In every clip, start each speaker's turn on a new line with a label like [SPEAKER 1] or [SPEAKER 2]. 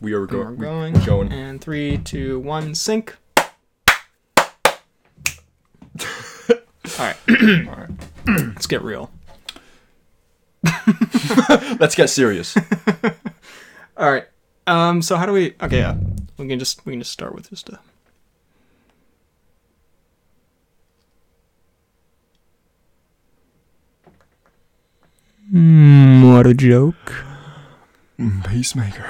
[SPEAKER 1] We are go-
[SPEAKER 2] We're
[SPEAKER 1] we-
[SPEAKER 2] going.
[SPEAKER 1] going.
[SPEAKER 2] And three, two, one, sync. All right.
[SPEAKER 1] All right.
[SPEAKER 2] Let's get real.
[SPEAKER 1] Let's get serious.
[SPEAKER 2] All right. Um. So how do we? Okay. Yeah. We can just we can just start with just a. what a joke.
[SPEAKER 1] Mm, Pacemaker.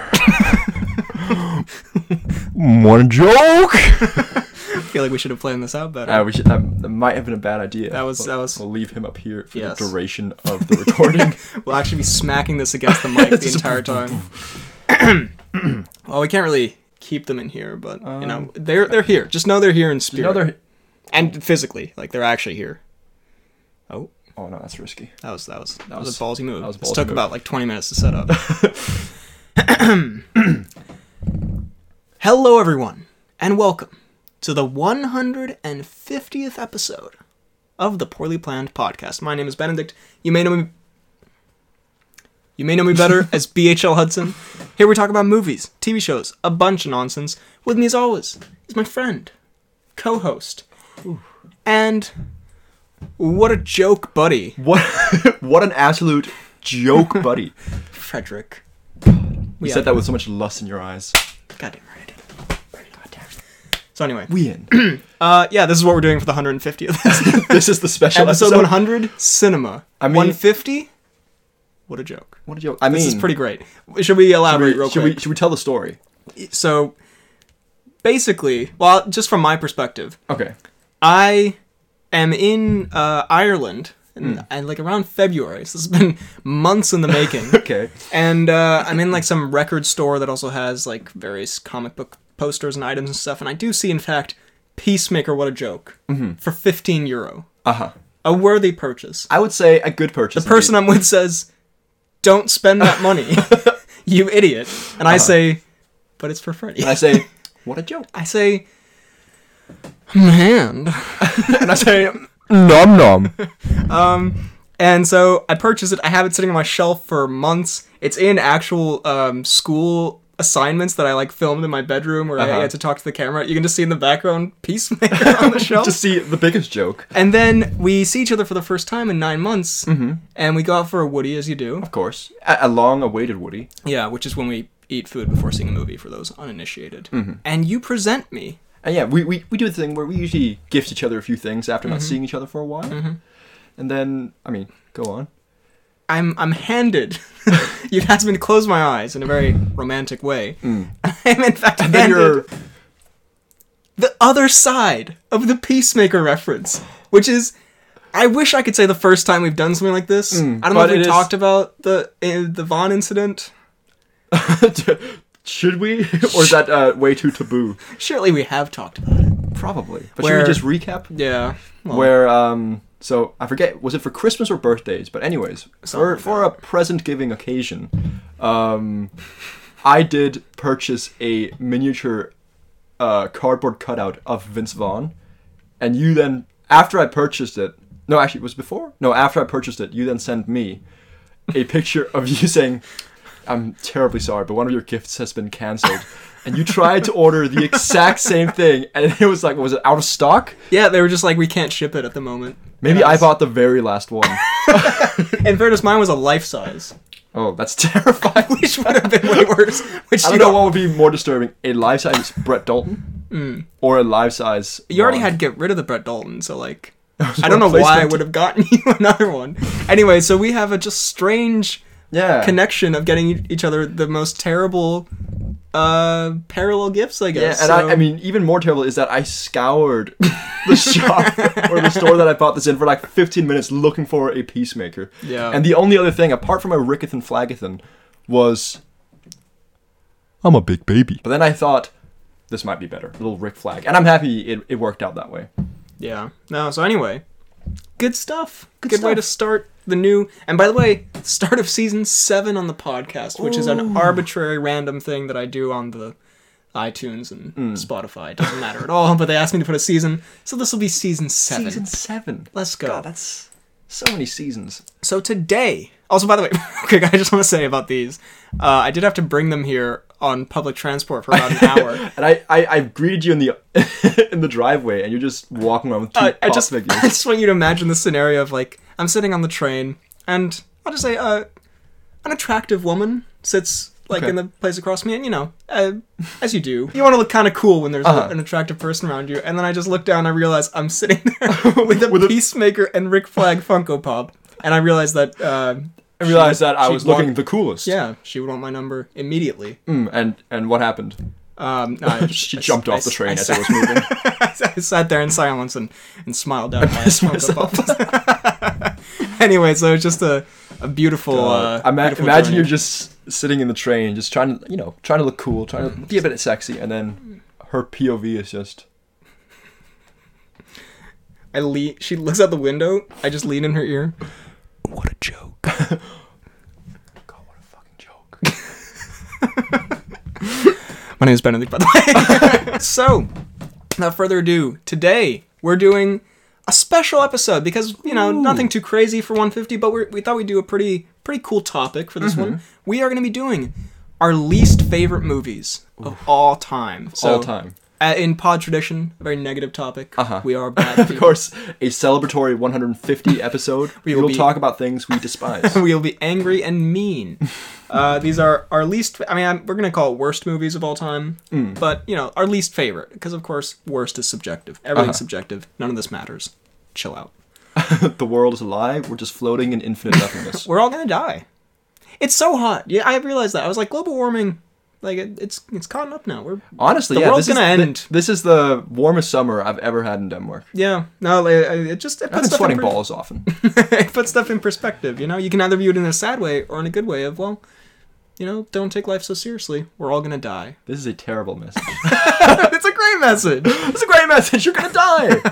[SPEAKER 1] One joke.
[SPEAKER 2] I feel like we should have planned this out better.
[SPEAKER 1] Uh, we should, that, that might have been a bad idea.
[SPEAKER 2] That was-
[SPEAKER 1] But
[SPEAKER 2] that was-
[SPEAKER 1] We'll leave him up here for
[SPEAKER 2] Yes.
[SPEAKER 1] the duration of the recording.
[SPEAKER 2] We'll actually be smacking this against the mic the
[SPEAKER 1] Just
[SPEAKER 2] entire time. well, we can't really keep them in here, but you know they're they're here. Just Um, know they're here in spirit
[SPEAKER 1] Another.
[SPEAKER 2] and physically, like they're actually here. Oh,
[SPEAKER 1] Oh no, that's risky.
[SPEAKER 2] that was that was that was,
[SPEAKER 1] was-
[SPEAKER 2] a ballsy move.
[SPEAKER 1] that was a
[SPEAKER 2] this
[SPEAKER 1] ballsy
[SPEAKER 2] took
[SPEAKER 1] move.
[SPEAKER 2] about like twenty minutes to set up. Hello, everyone, and welcome to the one hundred and fiftieth episode of the Poorly Planned Podcast. My name is Benedict. You may know me. You may know me better as BHL Hudson. Here we talk about movies, TV shows, a bunch of nonsense. With me, as always, is my friend, co-host, and what a joke, buddy,
[SPEAKER 1] What? what an absolute joke, buddy.
[SPEAKER 2] Frederick.
[SPEAKER 1] You
[SPEAKER 2] Yeah.
[SPEAKER 1] said that with so much lust in your eyes.
[SPEAKER 2] Goddamn right. I did. Goddamn. So anyway,
[SPEAKER 1] We in.
[SPEAKER 2] uh, yeah, this is what we're doing for the 150th
[SPEAKER 1] this is the special episode.
[SPEAKER 2] episode. 100, cinema.
[SPEAKER 1] I mean-
[SPEAKER 2] 150. What a joke.
[SPEAKER 1] What a joke. I mean,
[SPEAKER 2] This is pretty great. Should we
[SPEAKER 1] Should
[SPEAKER 2] elaborate
[SPEAKER 1] we,
[SPEAKER 2] real
[SPEAKER 1] should,
[SPEAKER 2] quick?
[SPEAKER 1] we, should we tell the story?
[SPEAKER 2] So, basically, well, just from my perspective,
[SPEAKER 1] Okay.
[SPEAKER 2] I am in uh, Ireland, and,
[SPEAKER 1] Hmm.
[SPEAKER 2] and like around February. So this has been months in the making.
[SPEAKER 1] Okay.
[SPEAKER 2] and uh, I'm in like some record store that also has like various comic book posters and items and stuff. And I do see, in fact, Peacemaker. What a joke!
[SPEAKER 1] Mm-hmm.
[SPEAKER 2] For 15 euro,
[SPEAKER 1] Uh huh.
[SPEAKER 2] a worthy purchase.
[SPEAKER 1] I would say a good purchase.
[SPEAKER 2] The person I'm with says, "Don't spend that money, you idiot," and I say, "But it's for free."
[SPEAKER 1] Uh-huh. I say, what a joke.
[SPEAKER 2] I say, "Man."
[SPEAKER 1] And I say, nom nom.
[SPEAKER 2] And so I purchased it. I have it sitting on my shelf for months. It's in actual um, school assignments that I like filmed in my bedroom where I
[SPEAKER 1] Uh-huh.
[SPEAKER 2] had to talk to the camera. You can just see in the background Peacemaker on the shelf.
[SPEAKER 1] Just see the biggest joke,
[SPEAKER 2] And then we see each other for the first time in nine months,
[SPEAKER 1] Mm-hmm.
[SPEAKER 2] and we go out for a Woody as you do.
[SPEAKER 1] of course. A, a long awaited Woody.
[SPEAKER 2] Yeah, which is when we eat food before seeing a movie for those uninitiated.
[SPEAKER 1] Mm-hmm.
[SPEAKER 2] And you present me.
[SPEAKER 1] And yeah, we, we, we do the thing where we usually gift each other a few things after not seeing each other for a while. And then, I mean, go on.
[SPEAKER 2] I'm I'm handed. You've asked me to close my eyes in a very romantic way. I'm in fact
[SPEAKER 1] Mm. And
[SPEAKER 2] handed.
[SPEAKER 1] then you're.
[SPEAKER 2] the other side of the peacemaker reference, which is I wish I could say the first time we've done something like this. I don't know
[SPEAKER 1] Mm, but
[SPEAKER 2] if we
[SPEAKER 1] it is-
[SPEAKER 2] talked about the uh, the Vaughn incident.
[SPEAKER 1] Should we? or is that uh, way too taboo?
[SPEAKER 2] Surely we have talked about it.
[SPEAKER 1] Probably. But
[SPEAKER 2] Where-
[SPEAKER 1] should we just recap?
[SPEAKER 2] Yeah. Well,
[SPEAKER 1] where um so I forget was it for Christmas or birthdays, but anyways, for
[SPEAKER 2] like
[SPEAKER 1] for a present giving occasion, um I did purchase a miniature uh cardboard cutout of Vince Vaughn and you then after I purchased it, no actually it was before? No, after I purchased it, you then sent me a picture of you saying I'm terribly sorry, but one of your gifts has been cancelled. And you tried to order the exact same thing, and it was like, was it out of stock?
[SPEAKER 2] yeah, they were just like we can't ship it at the moment.
[SPEAKER 1] Maybe
[SPEAKER 2] And
[SPEAKER 1] I
[SPEAKER 2] was-
[SPEAKER 1] bought the very last one.
[SPEAKER 2] In fairness, mine was a life size,
[SPEAKER 1] oh, that's terrifying.
[SPEAKER 2] which would have been way worse. Which
[SPEAKER 1] I
[SPEAKER 2] you
[SPEAKER 1] don't know what would be more disturbing: a life-size Brett Dalton or a life-size.
[SPEAKER 2] Mm. You already
[SPEAKER 1] Ron.
[SPEAKER 2] had to get rid of the Brett Dalton, so like I don't know why I
[SPEAKER 1] replacement.
[SPEAKER 2] would have gotten you another one. Anyway, so we have a just strange
[SPEAKER 1] yeah.
[SPEAKER 2] connection of getting e- each other the most terrible uh parallel gifts i
[SPEAKER 1] Yeah, and
[SPEAKER 2] guess
[SPEAKER 1] I,
[SPEAKER 2] So-
[SPEAKER 1] I mean, even more terrible is that I scoured the shop or the store that I bought this in for like 15 minutes looking for a peacemaker.
[SPEAKER 2] Yeah.
[SPEAKER 1] And the only other thing, apart from my Rickethan Flagathan, was I'm a big baby. But then I thought this might be better, little Rick Flag, and I'm happy it, it worked out that way.
[SPEAKER 2] yeah no so anyway good stuff good,
[SPEAKER 1] stuff.
[SPEAKER 2] way to start the new and by the way start of season seven on the podcast which is an arbitrary random thing that i do on the itunes and
[SPEAKER 1] Hmm.
[SPEAKER 2] spotify it doesn't matter at all but they asked me to put a season so this will be season seven
[SPEAKER 1] Season seven.
[SPEAKER 2] let's go
[SPEAKER 1] that's So many seasons.
[SPEAKER 2] So today, also by the way, okay, I just want to say about these, uh, I did have to bring them here on public transport for about an hour.
[SPEAKER 1] And I, I, I greeted you in the in the driveway, and you're just walking around with two
[SPEAKER 2] I, I
[SPEAKER 1] pop
[SPEAKER 2] just, I
[SPEAKER 1] figures.
[SPEAKER 2] just want you to imagine the scenario of like I'm sitting on the train, and I'll just say, uh, an attractive woman sits like
[SPEAKER 1] Okay.
[SPEAKER 2] in the place across me, and you know, uh, as you do, you want to look kind of cool when there's
[SPEAKER 1] Uh-huh.
[SPEAKER 2] an attractive person around you. And then I just look down, I realize I'm sitting there with a
[SPEAKER 1] With a-
[SPEAKER 2] peacemaker and Rick Flag Funko Pop, and I realize that. Uh,
[SPEAKER 1] I realized that I was
[SPEAKER 2] looking.
[SPEAKER 1] looking the coolest.
[SPEAKER 2] Yeah, she would want my number immediately.
[SPEAKER 1] Mm, and and what happened?
[SPEAKER 2] Um, I,
[SPEAKER 1] She
[SPEAKER 2] I-
[SPEAKER 1] jumped
[SPEAKER 2] I-
[SPEAKER 1] off the train
[SPEAKER 2] I,
[SPEAKER 1] as
[SPEAKER 2] sat,
[SPEAKER 1] it was moving.
[SPEAKER 2] I sat there in silence and, and smiled down at my
[SPEAKER 1] pissed
[SPEAKER 2] Funko Pop. anyway, so it's just a, a beautiful. Uh,
[SPEAKER 1] Uh, ima-
[SPEAKER 2] beautiful
[SPEAKER 1] imagine
[SPEAKER 2] journey.
[SPEAKER 1] you're just sitting in the train, just trying to you know trying to look cool, trying to be a bit sexy, and then her POV is just
[SPEAKER 2] I le- she looks out the window. I just lean in her ear. What a joke!
[SPEAKER 1] God, what a fucking joke.
[SPEAKER 2] My name is Benedict, by the way. so, without further ado, today we're doing a special episode because you know nothing too crazy for 150, but we're, we thought we'd do a pretty pretty cool topic for this one.
[SPEAKER 1] Mm-hmm.
[SPEAKER 2] We are going to be doing our least favorite movies of all time. So,
[SPEAKER 1] All time.
[SPEAKER 2] uh, in pod tradition, a very negative topic.
[SPEAKER 1] Uh-huh.
[SPEAKER 2] We are bad.
[SPEAKER 1] Of course, a celebratory 150 episode. we
[SPEAKER 2] will
[SPEAKER 1] will
[SPEAKER 2] be-
[SPEAKER 1] talk about things we despise.
[SPEAKER 2] We'll be angry and mean. Uh, these are our least. I mean, I'm, we're gonna call it worst movies of all time,
[SPEAKER 1] Hmm.
[SPEAKER 2] but you know, our least favorite because, of course, worst is subjective. Everything's
[SPEAKER 1] Uh-huh.
[SPEAKER 2] subjective. None of this matters. Chill out.
[SPEAKER 1] the world is a lie. We're just floating in infinite nothingness.
[SPEAKER 2] We're all gonna die. It's so hot. Yeah, I realized that. I was like, global warming. Like it, it's it's caught up now. We're
[SPEAKER 1] Honestly,
[SPEAKER 2] The
[SPEAKER 1] yeah,
[SPEAKER 2] world's
[SPEAKER 1] this
[SPEAKER 2] gonna
[SPEAKER 1] is thi-
[SPEAKER 2] end.
[SPEAKER 1] this is the warmest summer I've ever had in Denmark.
[SPEAKER 2] yeah. No, like, I- it just it
[SPEAKER 1] I've
[SPEAKER 2] puts
[SPEAKER 1] been
[SPEAKER 2] stuff
[SPEAKER 1] sweating
[SPEAKER 2] in per-
[SPEAKER 1] balls often.
[SPEAKER 2] it puts stuff in perspective. You know, you can either view it in a sad way or in a good way of well, you know, don't take life so seriously. We're all gonna die.
[SPEAKER 1] This is a terrible message.
[SPEAKER 2] it's a great message.
[SPEAKER 1] It's a great message. You're gonna die.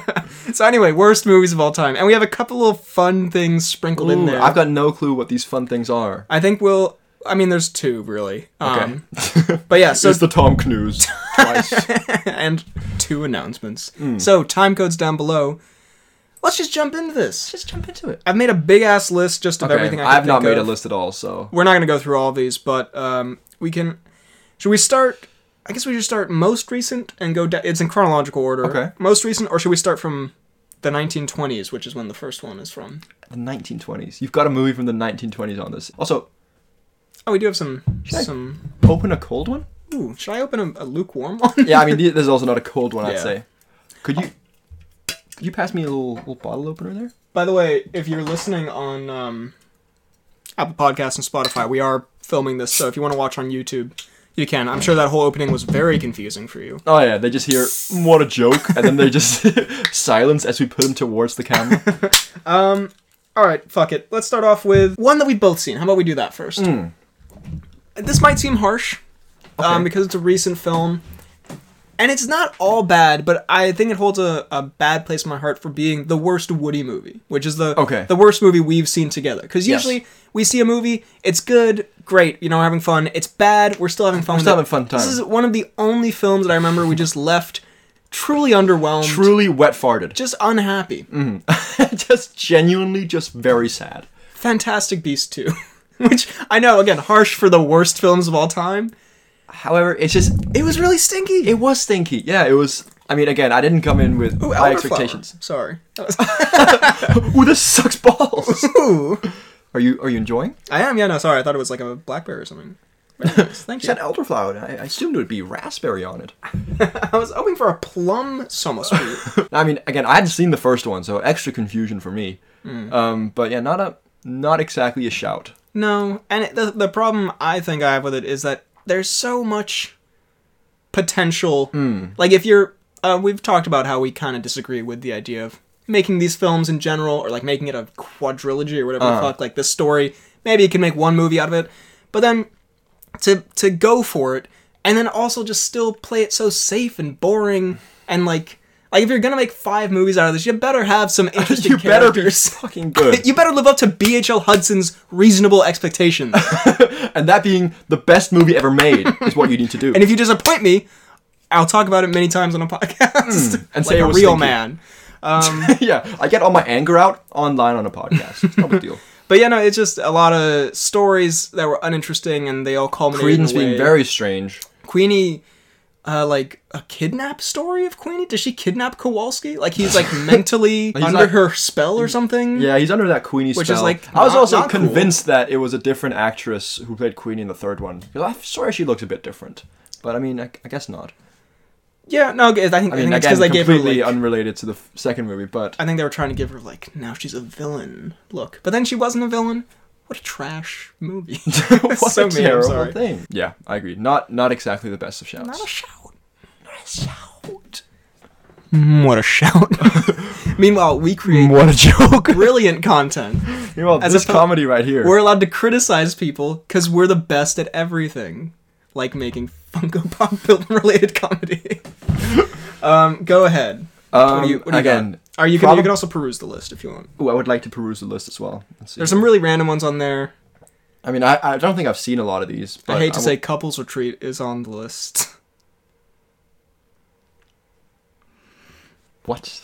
[SPEAKER 2] So anyway, worst movies of all time, and we have a couple of fun things sprinkled in
[SPEAKER 1] Ooh,
[SPEAKER 2] there.
[SPEAKER 1] I've got no clue what these fun things are.
[SPEAKER 2] I think we'll. I mean, there's two really.
[SPEAKER 1] Okay.
[SPEAKER 2] Um, but yeah, so
[SPEAKER 1] it's the Tom Cruise twice.
[SPEAKER 2] and two announcements.
[SPEAKER 1] Hmm.
[SPEAKER 2] So time codes down below. Let's just jump into this.
[SPEAKER 1] Just jump into it.
[SPEAKER 2] I've made a big ass list just of everything. I can
[SPEAKER 1] have not
[SPEAKER 2] think
[SPEAKER 1] made a
[SPEAKER 2] of.
[SPEAKER 1] list at all, so
[SPEAKER 2] We're not gonna go through all these, but um, we can. Should we start? I guess we should start most recent and go. Da- it's in chronological order.
[SPEAKER 1] Okay.
[SPEAKER 2] Most recent, or should we start from the 1920s, which is when the first one is from?
[SPEAKER 1] the 1920s. You've got a movie from the 1920s on this. Also,
[SPEAKER 2] Oh, we do have some
[SPEAKER 1] I-
[SPEAKER 2] some
[SPEAKER 1] open a cold one.
[SPEAKER 2] Ooh, should I open a, a lukewarm one?
[SPEAKER 1] Yeah, I mean, th- this is also not a cold one. I'd
[SPEAKER 2] Yeah.
[SPEAKER 1] say. Could you? Could you pass me a little little bottle opener there?
[SPEAKER 2] By the way, if you're listening on um, Apple Podcasts and Spotify, we are filming this, so if you want to watch on YouTube, you can. I'm sure that whole opening was very confusing for you.
[SPEAKER 1] Oh yeah, they just hear "Mm, what a joke, and then they just silence as we put them towards the camera.
[SPEAKER 2] All right, fuck it. Let's start off with one that we've both seen. How about we do that first? This might seem harsh, um,
[SPEAKER 1] Hmm. Okay.
[SPEAKER 2] because it's a recent film, and it's not all bad, but I think it holds a, a bad place in my heart for being the worst Woody movie, which is the
[SPEAKER 1] Okay.
[SPEAKER 2] the worst movie we've seen together. Because
[SPEAKER 1] Yes.
[SPEAKER 2] usually we see a movie, it's good, great, you know, we're having fun. It's bad, we're still having fun. We're
[SPEAKER 1] still having fun time.
[SPEAKER 2] This is one of the only films that I remember we just left truly underwhelmed,
[SPEAKER 1] Truly wet farted.
[SPEAKER 2] just unhappy.
[SPEAKER 1] just genuinely, just very sad.
[SPEAKER 2] Fantastic Beast 2. Which I know, again, harsh for the worst films of all time.
[SPEAKER 1] However, it's just
[SPEAKER 2] It was really stinky.
[SPEAKER 1] it was stinky. Yeah, it was. I mean, again, I didn't come in with high expectations.
[SPEAKER 2] Sorry.
[SPEAKER 1] Ooh, this sucks balls.
[SPEAKER 2] Ooh.
[SPEAKER 1] are you are you enjoying?
[SPEAKER 2] I am, yeah, no, sorry. I thought it was like a blackberry or something. Very nice, Thank you.
[SPEAKER 1] said elderflower. I, I assumed it would be raspberry on it.
[SPEAKER 2] I was hoping for a plum somersault.
[SPEAKER 1] I mean, again, I hadn't seen the first one, so extra confusion for me. Um, but yeah, not a not exactly a shout.
[SPEAKER 2] no, and it, the, the problem I think I have with it is that there's so much potential.
[SPEAKER 1] Hmm.
[SPEAKER 2] Like, if you're. Uh, we've talked about how we kind of disagree with the idea of making these films in general, or like making it a quadrilogy or whatever
[SPEAKER 1] Uh.
[SPEAKER 2] the fuck. Like, this story, maybe you can make one movie out of it. But then to to go for it and then also just still play it so safe and boring and like like if you're gonna make five movies out of this you better have some interesting
[SPEAKER 1] You better be
[SPEAKER 2] characters
[SPEAKER 1] fucking good.
[SPEAKER 2] you better live up to bhl hudson's reasonable expectations
[SPEAKER 1] and that being the best movie ever made is what you need to do.
[SPEAKER 2] and if you disappoint me i'll talk about it many times on a podcast
[SPEAKER 1] Hmm. and
[SPEAKER 2] like
[SPEAKER 1] say it
[SPEAKER 2] a
[SPEAKER 1] was
[SPEAKER 2] real
[SPEAKER 1] stinky.
[SPEAKER 2] man Um,
[SPEAKER 1] yeah, I get all my anger out online on a podcast. It's no big deal.
[SPEAKER 2] but yeah, no, it's just a lot of stories that were uninteresting, and they all culminated. in a
[SPEAKER 1] Credence being
[SPEAKER 2] way-
[SPEAKER 1] very strange.
[SPEAKER 2] Queenie, uh, like a kidnap story of Queenie. Does she kidnap Kowalski? Like he's like mentally
[SPEAKER 1] He's
[SPEAKER 2] under
[SPEAKER 1] not-
[SPEAKER 2] her spell or something.
[SPEAKER 1] Yeah, he's under that Queenie
[SPEAKER 2] Which
[SPEAKER 1] spell.
[SPEAKER 2] is, like,
[SPEAKER 1] I was
[SPEAKER 2] not-
[SPEAKER 1] also
[SPEAKER 2] not cool.
[SPEAKER 1] convinced that it was a different actress who played Queenie in the third one. Because I swear she looks a bit different, but I mean, I, I guess not.
[SPEAKER 2] Yeah, no, I think I,
[SPEAKER 1] I
[SPEAKER 2] think
[SPEAKER 1] mean,
[SPEAKER 2] it's because
[SPEAKER 1] again,
[SPEAKER 2] they gave her
[SPEAKER 1] completely
[SPEAKER 2] like.
[SPEAKER 1] unrelated to the f- second movie, but
[SPEAKER 2] I think they were trying to give her like now she's a villain look, but then she wasn't a villain. What a trash movie!
[SPEAKER 1] what
[SPEAKER 2] so
[SPEAKER 1] a
[SPEAKER 2] mean, I'm
[SPEAKER 1] terrible
[SPEAKER 2] sorry.
[SPEAKER 1] thing. Yeah, I agree. Not not exactly the best of shouts.
[SPEAKER 2] Not a shout. Mm, What a shout! Meanwhile, we create
[SPEAKER 1] What a joke!
[SPEAKER 2] brilliant content.
[SPEAKER 1] Meanwhile,
[SPEAKER 2] As
[SPEAKER 1] this
[SPEAKER 2] oppo-
[SPEAKER 1] comedy right here.
[SPEAKER 2] We're allowed to criticize people because we're the best at everything, like making Funko Pop film related comedy. um, go ahead.
[SPEAKER 1] um,
[SPEAKER 2] What do you- what do you
[SPEAKER 1] again,
[SPEAKER 2] got? Are you can,
[SPEAKER 1] prob-
[SPEAKER 2] you can also peruse the list if you want.
[SPEAKER 1] Ooh, I would like to peruse the list as well. and see.
[SPEAKER 2] There's some really random ones on there.
[SPEAKER 1] I mean, I, I don't think I've seen a lot of these. But
[SPEAKER 2] I hate to
[SPEAKER 1] will-
[SPEAKER 2] say, couples retreat is on the list.
[SPEAKER 1] what.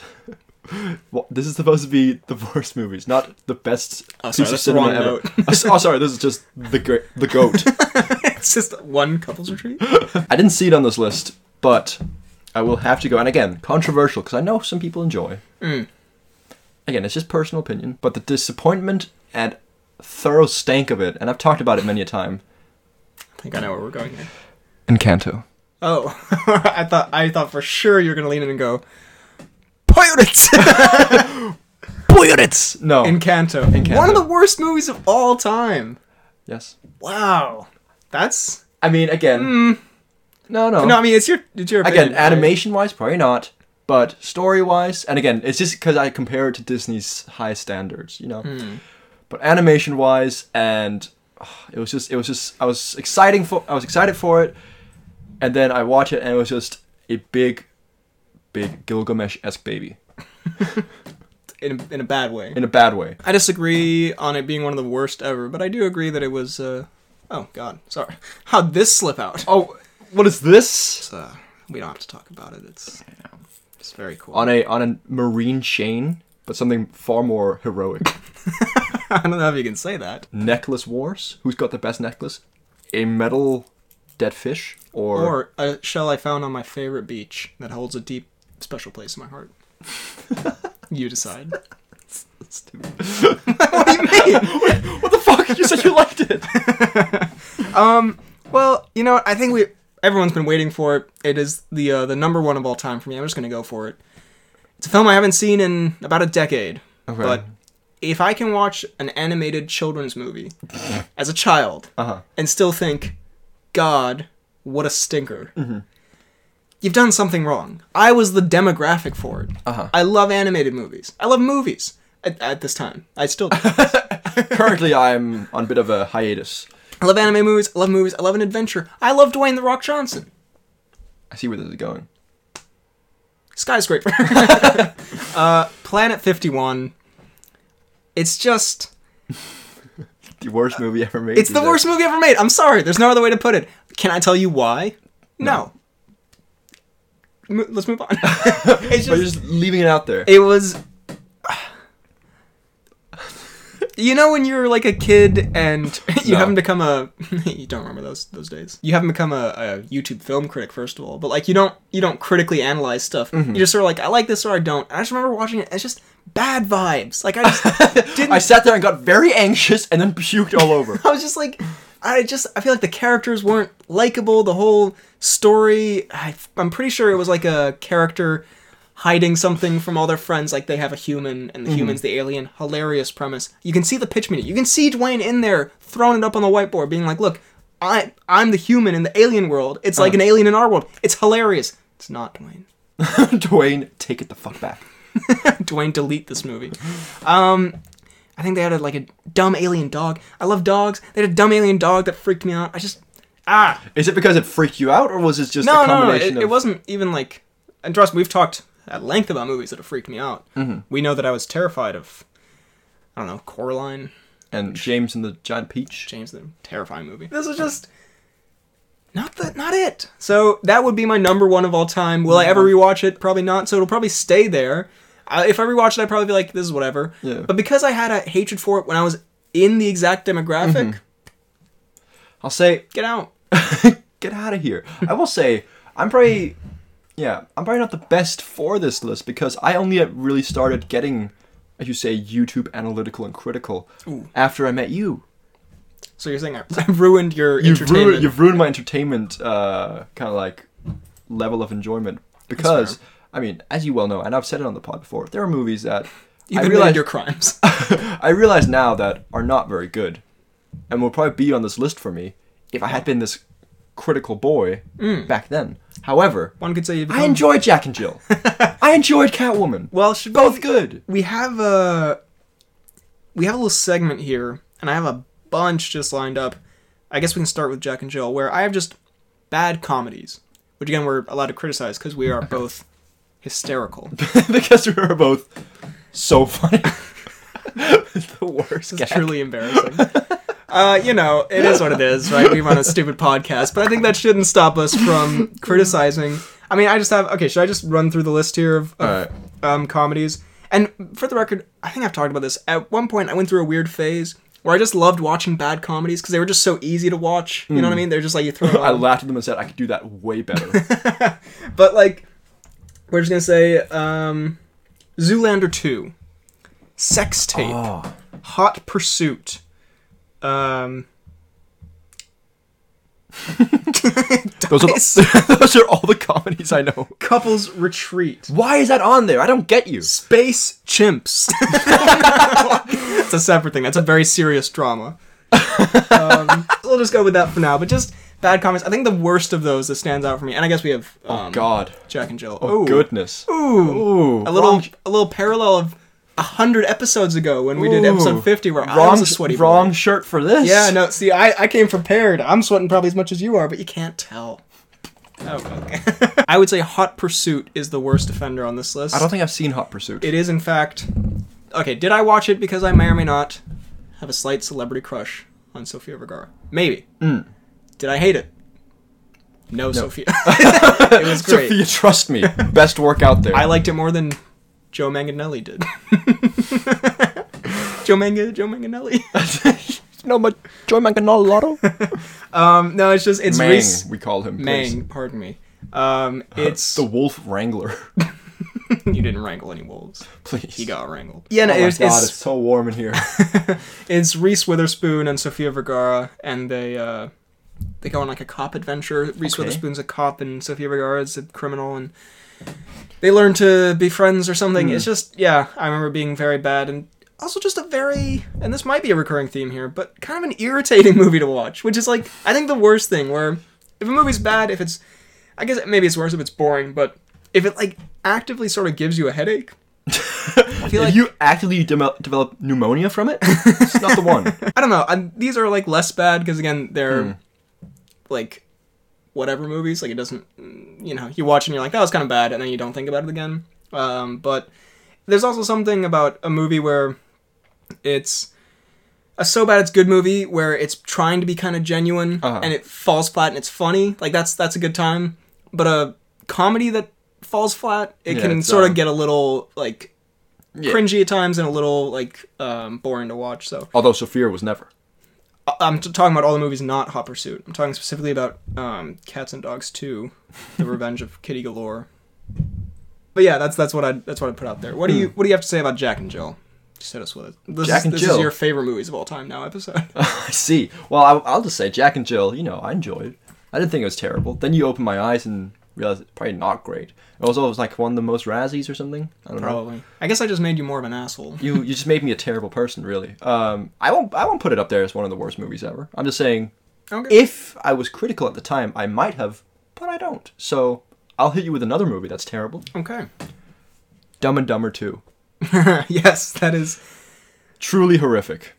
[SPEAKER 1] Well, this is supposed to be the worst movies, not the best
[SPEAKER 2] Oh,
[SPEAKER 1] piece
[SPEAKER 2] sorry,
[SPEAKER 1] of
[SPEAKER 2] that's the
[SPEAKER 1] cinema
[SPEAKER 2] wrong
[SPEAKER 1] ever.
[SPEAKER 2] note.
[SPEAKER 1] Oh, s- oh, sorry, this is just the gr- the goat.
[SPEAKER 2] it's just one couples retreat.
[SPEAKER 1] I didn't see it on this list, but I will have to go. And again, controversial because I know some people enjoy.
[SPEAKER 2] Mm.
[SPEAKER 1] Again, it's just personal opinion, but the disappointment and thorough stank of it, and I've talked about it many a time.
[SPEAKER 2] I think I know where we're going here.
[SPEAKER 1] Encanto.
[SPEAKER 2] Oh, I thought I thought for sure you were gonna lean in and go pirates
[SPEAKER 1] Pirates. No.
[SPEAKER 2] in Canto.
[SPEAKER 1] Encanto.
[SPEAKER 2] One of the worst movies of all time.
[SPEAKER 1] yes.
[SPEAKER 2] Wow, that's
[SPEAKER 1] I mean, again. No, no.
[SPEAKER 2] Mm. no. I mean, it's your it's your
[SPEAKER 1] again,
[SPEAKER 2] opinion, right?
[SPEAKER 1] animation wise, probably not, but story wise, and again, it's just because I compare it to Disney's high standards, you know. But animation wise, and ugh, it was just, it was just, I was exciting for, I was excited for it, and then I watch it, and it was just a big, big Gilgamesh esque baby
[SPEAKER 2] in a, in a bad way.
[SPEAKER 1] in a bad way.
[SPEAKER 2] I disagree on it being one of the worst ever, but I do agree that it was. Uh, oh God, sorry. How'd this slip out?
[SPEAKER 1] Oh, what is this?
[SPEAKER 2] It's, uh, we don't have to talk about it. It's it's very cool.
[SPEAKER 1] On a on a marine chain, but something far more heroic.
[SPEAKER 2] I don't know if you can say that.
[SPEAKER 1] necklace wars. Who's got the best necklace? A metal dead fish or,
[SPEAKER 2] Or a shell I found on my favorite beach that holds a deep, special place in my heart. you decide. what do you mean?
[SPEAKER 1] what the fuck? You said you liked it.
[SPEAKER 2] Well, you know, I think we everyone's been waiting for it. It is the uh, the number one of all time for me. I'm just gonna go for it. It's a film I haven't seen in about a decade.
[SPEAKER 1] Okay.
[SPEAKER 2] But if I can watch an animated children's movie as a child
[SPEAKER 1] Uh-huh.
[SPEAKER 2] and still think, God, what a stinker.
[SPEAKER 1] Mm-hmm.
[SPEAKER 2] You've done something wrong. I was the demographic for it.
[SPEAKER 1] Uh-huh.
[SPEAKER 2] I love animated movies. I love movies at, at this time. I still do.
[SPEAKER 1] Currently, I'm on a bit of a hiatus.
[SPEAKER 2] I love anime movies. I love movies. I love an adventure. I love Dwayne The Rock Johnson.
[SPEAKER 1] I see where this is going.
[SPEAKER 2] skyscraper. uh, Planet 51. It's just.
[SPEAKER 1] The Uh, worst movie ever made.
[SPEAKER 2] It's the
[SPEAKER 1] either.
[SPEAKER 2] worst movie ever made. I'm sorry. There's no other way to put it. Can I tell you why? No. Mo- let's move on. it's
[SPEAKER 1] But
[SPEAKER 2] just,
[SPEAKER 1] you're just leaving it out there.
[SPEAKER 2] It was. You know when you're like a kid and you
[SPEAKER 1] No.
[SPEAKER 2] haven't become a you don't remember those those days. You haven't become a, a YouTube film critic first of all, but like you don't you don't critically analyze stuff. You just sort of like I like this or I don't. And I just remember watching it. And it's just bad vibes. Like I just didn't.
[SPEAKER 1] I sat there and got very anxious and then puked all over.
[SPEAKER 2] I was just like, I just, I feel like the characters weren't likable. The whole story, I, I'm pretty sure it was like a character hiding something from all their friends. Like they have a human, and the human's the alien. Hilarious premise. You can see the pitch meeting. You can see Dwayne in there throwing it up on the whiteboard, being like, "Look, I, I'm the human in the alien world. It's like an alien in our world. It's hilarious. It's not Dwayne.
[SPEAKER 1] Dwayne, take it the fuck back.
[SPEAKER 2] Dwayne, delete this movie. Um, I think they had a, like a dumb alien dog. I love dogs. They had a dumb alien dog that freaked me out. I just ah
[SPEAKER 1] Is it because it freaked you out, or was it just
[SPEAKER 2] no
[SPEAKER 1] a
[SPEAKER 2] no no.
[SPEAKER 1] combination
[SPEAKER 2] It, it
[SPEAKER 1] of?
[SPEAKER 2] wasn't even like. And trust, me, we've talked at length about movies that have freaked me out.
[SPEAKER 1] Mm-hmm.
[SPEAKER 2] We know that I was terrified of. I don't know Coraline,
[SPEAKER 1] and James and the Giant Peach.
[SPEAKER 2] James the terrifying movie. This is just not the not it. So that would be my number one of all time. Will I ever rewatch it? Probably not. So it'll probably stay there. I, if I rewatched it, I'd probably be like, this is whatever.
[SPEAKER 1] Yeah.
[SPEAKER 2] But because I had a hatred for it when I was in the exact demographic,
[SPEAKER 1] Mm-hmm. I'll say,
[SPEAKER 2] get out.
[SPEAKER 1] get out of here. I will say, I'm probably, yeah, I'm probably not the best for this list because I only really started getting, as you say, YouTube analytical and critical after I met you.
[SPEAKER 2] So you're saying I, I ruined your
[SPEAKER 1] You've
[SPEAKER 2] entertainment.
[SPEAKER 1] ruined, you've ruined my entertainment uh, kind of like level of enjoyment because I mean, as you well know, and I've said it on the pod before, there are movies that
[SPEAKER 2] you
[SPEAKER 1] I
[SPEAKER 2] committed
[SPEAKER 1] realize
[SPEAKER 2] your crimes.
[SPEAKER 1] I realize now that are not very good, and will probably be on this list for me if I had been this critical boy
[SPEAKER 2] Mm.
[SPEAKER 1] back then. However,
[SPEAKER 2] One could say you
[SPEAKER 1] I
[SPEAKER 2] become...
[SPEAKER 1] enjoyed Jack and Jill. I enjoyed Catwoman.
[SPEAKER 2] well, should
[SPEAKER 1] Both
[SPEAKER 2] we-
[SPEAKER 1] good.
[SPEAKER 2] we have a we have a little segment here, and I have a bunch just lined up. I guess we can start with Jack and Jill, where I have just bad comedies, which again we're allowed to criticize because we are both hysterical.
[SPEAKER 1] because we were both so funny. it's the worst.
[SPEAKER 2] This is
[SPEAKER 1] gag.
[SPEAKER 2] truly embarrassing. Uh, you know, it is what it is, right? We run a stupid podcast, but I think that shouldn't stop us from criticizing. I mean, I just have okay. Should I just run through the list here of, of
[SPEAKER 1] Alright.
[SPEAKER 2] um, comedies? And for the record, I think I've talked about this. At one point, I went through a weird phase where I just loved watching bad comedies because they were just so easy to watch. You know what
[SPEAKER 1] Hmm.
[SPEAKER 2] I mean? They're just like you throw. It
[SPEAKER 1] I
[SPEAKER 2] on.
[SPEAKER 1] laughed at them and said I could do that way better.
[SPEAKER 2] but like, we're just gonna say um, Zoolander two, sex tape.
[SPEAKER 1] oh,
[SPEAKER 2] Hot Pursuit. Um,
[SPEAKER 1] those are the, those are all the comedies I know.
[SPEAKER 2] Couples Retreat.
[SPEAKER 1] Why is that on there? I don't get you.
[SPEAKER 2] Space Chimps. It's a separate thing. That's a very serious drama. Um, we'll just go with that for now. But just bad comments. I think the worst of those that stands out for me, and I guess we have um,
[SPEAKER 1] Oh, God.
[SPEAKER 2] Jack and Jill.
[SPEAKER 1] Oh
[SPEAKER 2] Ooh.
[SPEAKER 1] goodness.
[SPEAKER 2] Ooh.
[SPEAKER 1] Ooh.
[SPEAKER 2] A little,
[SPEAKER 1] wrong-
[SPEAKER 2] a little parallel of a hundred episodes ago when we did
[SPEAKER 1] Ooh.
[SPEAKER 2] episode fifty, where I was a sweaty boy.
[SPEAKER 1] wrong shirt for this.
[SPEAKER 2] Yeah, no, see, I, I came prepared. I'm sweating probably as much as you are, but you can't tell. Oh, okay. I would say Hot Pursuit is the worst offender on this list.
[SPEAKER 1] I don't think I've seen Hot Pursuit.
[SPEAKER 2] it is, in fact. Okay, did I watch it because I may or may not have a slight celebrity crush on Sofia Vergara? Maybe. Did I hate it? Hmm. No, Sophia. it was great.
[SPEAKER 1] Sophia, trust me. Best work out there.
[SPEAKER 2] I liked it more than Joe Manganelli did. Joe Manga, Joe Manganelli.
[SPEAKER 1] no, but Joy Manganolotto.
[SPEAKER 2] Um, no, it's just it's
[SPEAKER 1] Mang,
[SPEAKER 2] Reese
[SPEAKER 1] we call him. please.
[SPEAKER 2] Mang. Pardon me. Um, it's
[SPEAKER 1] The Wolf Wrangler.
[SPEAKER 2] you didn't wrangle any wolves.
[SPEAKER 1] Please.
[SPEAKER 2] He got wrangled. Yeah, no,
[SPEAKER 1] Oh my
[SPEAKER 2] it's,
[SPEAKER 1] god, it's,
[SPEAKER 2] it's
[SPEAKER 1] so warm in here.
[SPEAKER 2] it's Reese Witherspoon and Sofia Vergara, and they uh, they go on like a cop adventure. Reese
[SPEAKER 1] Okay.
[SPEAKER 2] Witherspoon's a cop, and Sofia Vergara's a criminal, and they learn to be friends or something. It's just yeah, I remember being very bad and. Also, just a very, and this might be a recurring theme here, but kind of an irritating movie to watch, which is like, I think the worst thing where if a movie's bad, if it's, I guess maybe it's worse if it's boring, but if it like actively sort of gives you a headache, I feel
[SPEAKER 1] If
[SPEAKER 2] like
[SPEAKER 1] you actively deme- develop pneumonia from it, it's not the one.
[SPEAKER 2] I don't know. i these are like less bad because again, they're
[SPEAKER 1] Hmm.
[SPEAKER 2] like whatever movies. Like it doesn't, you know, you watch and you're like, that was kind of bad, and then you don't think about it again. Um, but there's also something about a movie where it's a so bad it's good movie where it's trying to be kind of genuine
[SPEAKER 1] Uh-huh.
[SPEAKER 2] and it falls flat and it's funny. Like that's that's a good time. But a comedy that falls flat, it
[SPEAKER 1] Yeah,
[SPEAKER 2] can
[SPEAKER 1] it's,
[SPEAKER 2] sort
[SPEAKER 1] uh,
[SPEAKER 2] of get a little like
[SPEAKER 1] Yeah.
[SPEAKER 2] cringy at times and a little like um, boring to watch. So
[SPEAKER 1] Although Sophia was never.
[SPEAKER 2] I- I'm t- talking about all the movies not Hot Pursuit. I'm talking specifically about um, Cats and Dogs 2, The Revenge of Kitty Galore. But yeah, that's that's what I that's what I put out there. What do you what do you have to say about Jack and Jill? Just hit us with it. This
[SPEAKER 1] Hmm. Jack
[SPEAKER 2] is,
[SPEAKER 1] and
[SPEAKER 2] this
[SPEAKER 1] Jill.
[SPEAKER 2] is your favorite movies of all time now episode.
[SPEAKER 1] I see. Well, I, I'll just say Jack and Jill. You know, I enjoyed. it. I didn't think it was terrible. Then you open my eyes and realize it's probably not great. It was always like one of the most Razzies or something. I don't know.
[SPEAKER 2] Probably. I guess I just made you more of an asshole.
[SPEAKER 1] You you just made me a terrible person, really. Um, I won't I won't put it up there as one of the worst movies ever. I'm just saying,
[SPEAKER 2] Okay.
[SPEAKER 1] if I was critical at the time, I might have, but I don't. So I'll hit you with another movie that's terrible.
[SPEAKER 2] okay.
[SPEAKER 1] Dumb and Dumber Two.
[SPEAKER 2] yes, that is.
[SPEAKER 1] Truly horrific.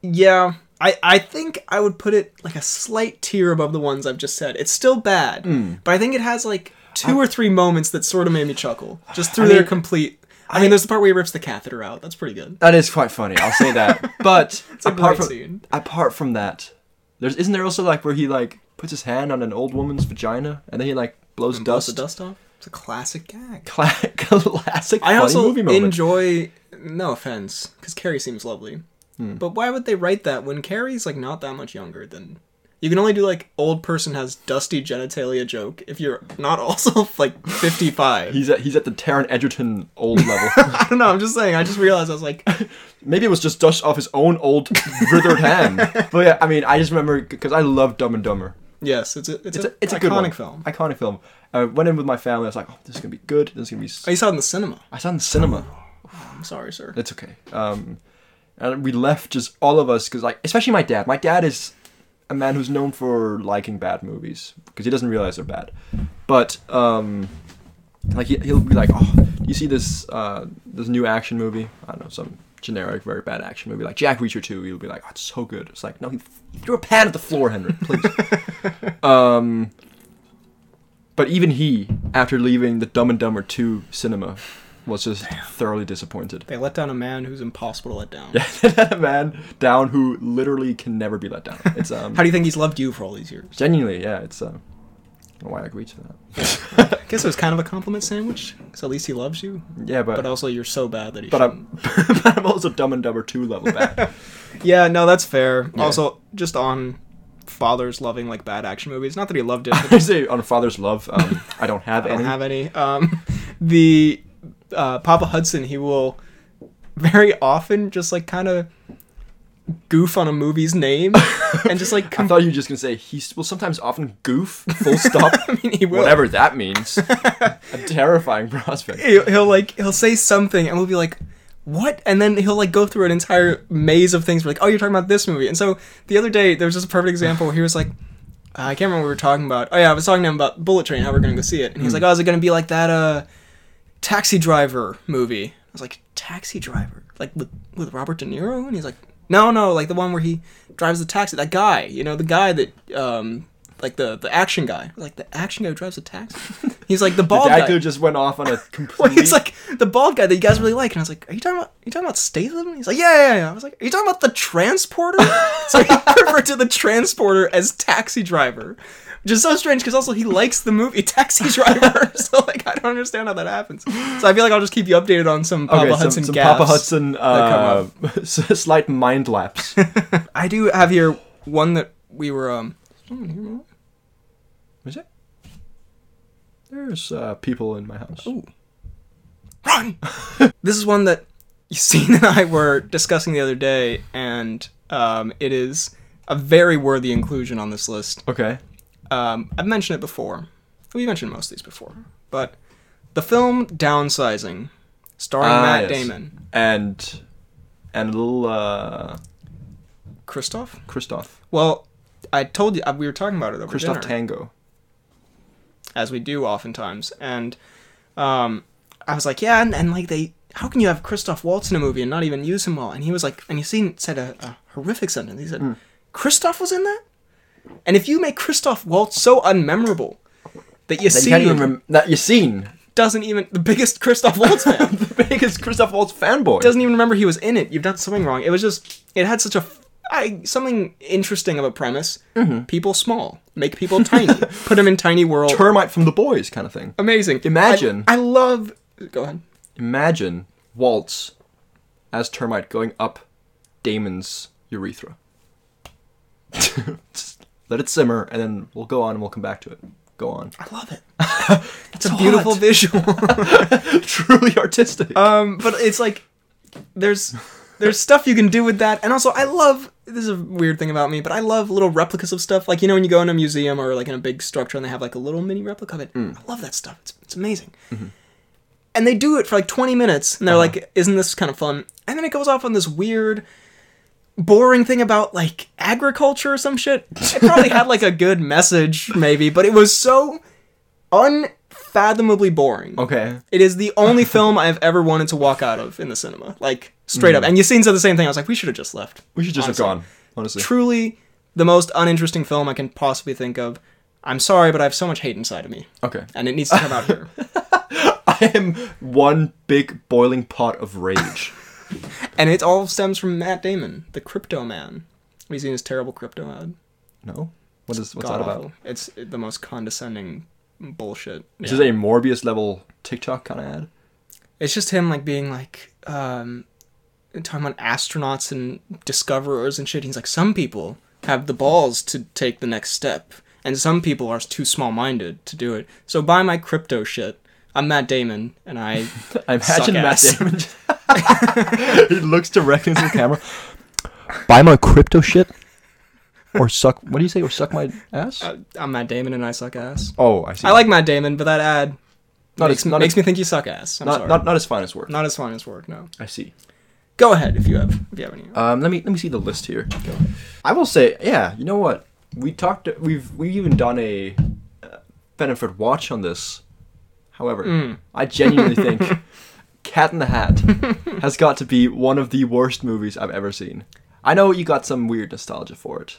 [SPEAKER 2] Yeah, I I think I would put it like a slight tier above the ones I've just said. It's still bad,
[SPEAKER 1] Hmm.
[SPEAKER 2] but I think it has like two or three moments that sort of made me chuckle just through
[SPEAKER 1] I
[SPEAKER 2] their
[SPEAKER 1] mean,
[SPEAKER 2] complete. I, mean, there's the part where he rips the catheter out. That's pretty good.
[SPEAKER 1] That is quite funny. I'll say that. But
[SPEAKER 2] a
[SPEAKER 1] apart
[SPEAKER 2] great
[SPEAKER 1] from
[SPEAKER 2] scene.
[SPEAKER 1] apart from that, there's isn't there also like where he like puts his hand on an old woman's vagina and then he like blows
[SPEAKER 2] Blows
[SPEAKER 1] dust.
[SPEAKER 2] the dust off. It's a classic gag.
[SPEAKER 1] Cla- classic
[SPEAKER 2] I
[SPEAKER 1] funny
[SPEAKER 2] also
[SPEAKER 1] movie moment.
[SPEAKER 2] enjoy. No offense, because Carrie seems lovely,
[SPEAKER 1] Hmm.
[SPEAKER 2] but why would they write that when Carrie's like not that much younger than? You can only do like old person has dusty genitalia joke if you're not also like fifty five.
[SPEAKER 1] he's at he's at the Taron Edgerton old level.
[SPEAKER 2] I don't know. I'm just saying. I just realized I was like,
[SPEAKER 1] Maybe it was just dust off his own old withered hand. But yeah, I mean, I just remember because I love Dumb and Dumber.
[SPEAKER 2] yes, it's a it's,
[SPEAKER 1] It's
[SPEAKER 2] a,
[SPEAKER 1] a, it's a
[SPEAKER 2] iconic
[SPEAKER 1] good one.
[SPEAKER 2] film.
[SPEAKER 1] Iconic film. I went in with my family. I was like, oh, this is gonna be good. This is gonna be. s-
[SPEAKER 2] Oh, you saw it in the cinema.
[SPEAKER 1] I saw it in the cinema.
[SPEAKER 2] I'm sorry, sir.
[SPEAKER 1] It's okay. Um, and we left just all of us because, like, especially my dad. My dad is a man who's known for liking bad movies because he doesn't realize they're bad. But um, like he, he'll be like, "Oh, you see this uh, this new action movie? I don't know some." Generic, very bad action movie like Jack Reacher 2. You'll be like, oh, it's so good. It's like, no, he threw a pad at the floor, Henry, please. um, but even he, after leaving the Dumb and Dumber 2 cinema, was just thoroughly disappointed.
[SPEAKER 2] They let down a man who's impossible to let down.
[SPEAKER 1] a man down who literally can never be let down. It's um
[SPEAKER 2] How do you think he's loved you for all these years?
[SPEAKER 1] genuinely, yeah, it's um I don't know why I agreed to that.
[SPEAKER 2] I guess it was kind of a compliment sandwich. So at least he loves you,
[SPEAKER 1] Yeah, but
[SPEAKER 2] but
[SPEAKER 1] but,
[SPEAKER 2] also you're so bad that he.
[SPEAKER 1] I'm but I'm also dumb and dumber two level bad.
[SPEAKER 2] Yeah, no, that's fair.
[SPEAKER 1] Yeah.
[SPEAKER 2] Also, just on fathers loving like bad action movies. Not that he loved it, but
[SPEAKER 1] I say on father's love, um, I don't have
[SPEAKER 2] I
[SPEAKER 1] any.
[SPEAKER 2] don't have any. Um, the uh, Papa Hudson, he will very often just like kind of goof on a movie's name and just like.
[SPEAKER 1] I
[SPEAKER 2] Com-
[SPEAKER 1] thought you were just gonna say he s- will sometimes often goof, full stop,
[SPEAKER 2] I mean, he will.
[SPEAKER 1] whatever that means. a terrifying prospect.
[SPEAKER 2] He'll, he'll like he'll say something and we'll be like. What? And then he'll like go through an entire maze of things. We're like, oh, you're talking about this movie. And so the other day, there was just a perfect example. Where he was like, Uh, I can't remember what we were talking about. Oh yeah, I was talking to him about Bullet Train, how we're gonna go see it. And he's like, Oh, is it gonna be like that uh taxi driver movie? I was like, Taxi driver? Like with with Robert De Niro? And he's like, No, no, like the one where he drives the taxi that guy, you know, the guy that um like the the action guy. I was Like the action guy who drives the taxi. He's like the bald
[SPEAKER 1] Dad
[SPEAKER 2] guy.
[SPEAKER 1] could just went off on a
[SPEAKER 2] Well,
[SPEAKER 1] complete
[SPEAKER 2] he's like the bald guy that you guys really like, and I was like, "Are you talking about? Are you talking about Statham?" And he's like, "Yeah, yeah, yeah." I was like, "Are you talking about the transporter?" so he referred to the transporter as taxi driver, which is so strange because also he likes the movie Taxi Driver. so like, I don't understand how that happens. So I feel like I'll just keep you updated on some Papa
[SPEAKER 1] Okay, some,
[SPEAKER 2] Hudson
[SPEAKER 1] some
[SPEAKER 2] gaffes.
[SPEAKER 1] Papa Hudson uh,
[SPEAKER 2] come
[SPEAKER 1] slight mind lapse.
[SPEAKER 2] I do have here one that we were. um someone here, Mom?
[SPEAKER 1] Is it? There's uh, people in my house.
[SPEAKER 2] Ooh. Run! this is one that Yassine and I were discussing the other day, and um, it is a very worthy inclusion on this list.
[SPEAKER 1] Okay.
[SPEAKER 2] Um, I've mentioned it before. We mentioned most of these before. But the film Downsizing, starring
[SPEAKER 1] Ah, yes.
[SPEAKER 2] Matt Damon,
[SPEAKER 1] And and a little uh
[SPEAKER 2] Christoph?
[SPEAKER 1] Christoph.
[SPEAKER 2] Well, I told you, I- we were talking about it over
[SPEAKER 1] Christoph
[SPEAKER 2] dinner.
[SPEAKER 1] Tango.
[SPEAKER 2] as we do oftentimes. And um, I was like, yeah, and, and like they, how can you have Christoph Waltz in a movie and not even use him well? And he was like, and you seen said a, a horrific sentence. He said,
[SPEAKER 1] Hmm.
[SPEAKER 2] Christoph was in that, and if you make Christoph Waltz so unmemorable that you
[SPEAKER 1] That you
[SPEAKER 2] see
[SPEAKER 1] can't even rem- that you've seen.
[SPEAKER 2] doesn't even the biggest Christoph Waltz fan
[SPEAKER 1] the biggest Christoph Waltz fanboy.
[SPEAKER 2] doesn't even remember he was in it. You've done something wrong. It was just it had such a f- I, something interesting of a premise.
[SPEAKER 1] Mm-hmm.
[SPEAKER 2] People small, make people tiny, put them in tiny world.
[SPEAKER 1] termite from the boys kind of thing.
[SPEAKER 2] Amazing.
[SPEAKER 1] Imagine.
[SPEAKER 2] I, I love. Go ahead.
[SPEAKER 1] Imagine Waltz as termite going up Damon's urethra. Just let it simmer and then we'll go on and we'll come back to it. Go on.
[SPEAKER 2] I love it. it's a
[SPEAKER 1] hot.
[SPEAKER 2] beautiful visual.
[SPEAKER 1] Truly artistic.
[SPEAKER 2] um, but it's like there's there's stuff you can do with that, and also I love this is a weird thing about me, but I love little replicas of stuff. Like you know when you go in a museum or like in a big structure and they have like a little mini replica of it. I love that stuff. It's it's amazing. And they do it for like 20 minutes, and they're like, "Isn't this kind of fun?" And then it goes off on this weird. Boring thing about like agriculture or some shit. It probably had like a good message, maybe, but it was so unfathomably boring.
[SPEAKER 1] okay.
[SPEAKER 2] It is the only film I've ever wanted to walk out of in the cinema. Like, straight up. And Yassine said the same thing. I was like, we should have just left.
[SPEAKER 1] Hmm. We should just
[SPEAKER 2] Honestly.
[SPEAKER 1] have gone. Honestly.
[SPEAKER 2] Truly the most uninteresting film I can possibly think of. I'm sorry, but I have so much hate inside of me.
[SPEAKER 1] Okay.
[SPEAKER 2] And it needs to come out here.
[SPEAKER 1] I am one big boiling pot of rage.
[SPEAKER 2] And it all stems from Matt Damon, the crypto man. We've seen his terrible crypto ad.
[SPEAKER 1] no? What is what's
[SPEAKER 2] God
[SPEAKER 1] that about?
[SPEAKER 2] awful. It's the most condescending bullshit.
[SPEAKER 1] This
[SPEAKER 2] Yeah.
[SPEAKER 1] is a Morbius level TikTok kind of ad.
[SPEAKER 2] It's just him like being like um talking about astronauts and discoverers and shit. He's like some people have the balls to take the next step and some people are too small-minded to do it. So buy my crypto shit. I'm Matt Damon and I
[SPEAKER 1] I imagine Matt
[SPEAKER 2] ass.
[SPEAKER 1] Damon. he looks directly into the camera. Buy my crypto shit, or suck. What do you say? Or suck my ass?
[SPEAKER 2] I'm Matt Damon and I suck ass.
[SPEAKER 1] oh, I see.
[SPEAKER 2] Uh, I like Matt Damon, but that ad
[SPEAKER 1] Not
[SPEAKER 2] makes,
[SPEAKER 1] as- not
[SPEAKER 2] makes
[SPEAKER 1] as-
[SPEAKER 2] me think you suck ass. I'm
[SPEAKER 1] not,
[SPEAKER 2] sorry.
[SPEAKER 1] not not his finest work.
[SPEAKER 2] not as fun as work, no.
[SPEAKER 1] I see.
[SPEAKER 2] Go ahead if you have if you have any.
[SPEAKER 1] Um, let me let me see the list here. I will say, yeah. You know what? We talked. We've we've even done a uh, benefit watch on this. However,
[SPEAKER 2] Hmm.
[SPEAKER 1] I genuinely think Cat in the Hat has got to be one of the worst movies I've ever seen. I know you got some weird nostalgia for it,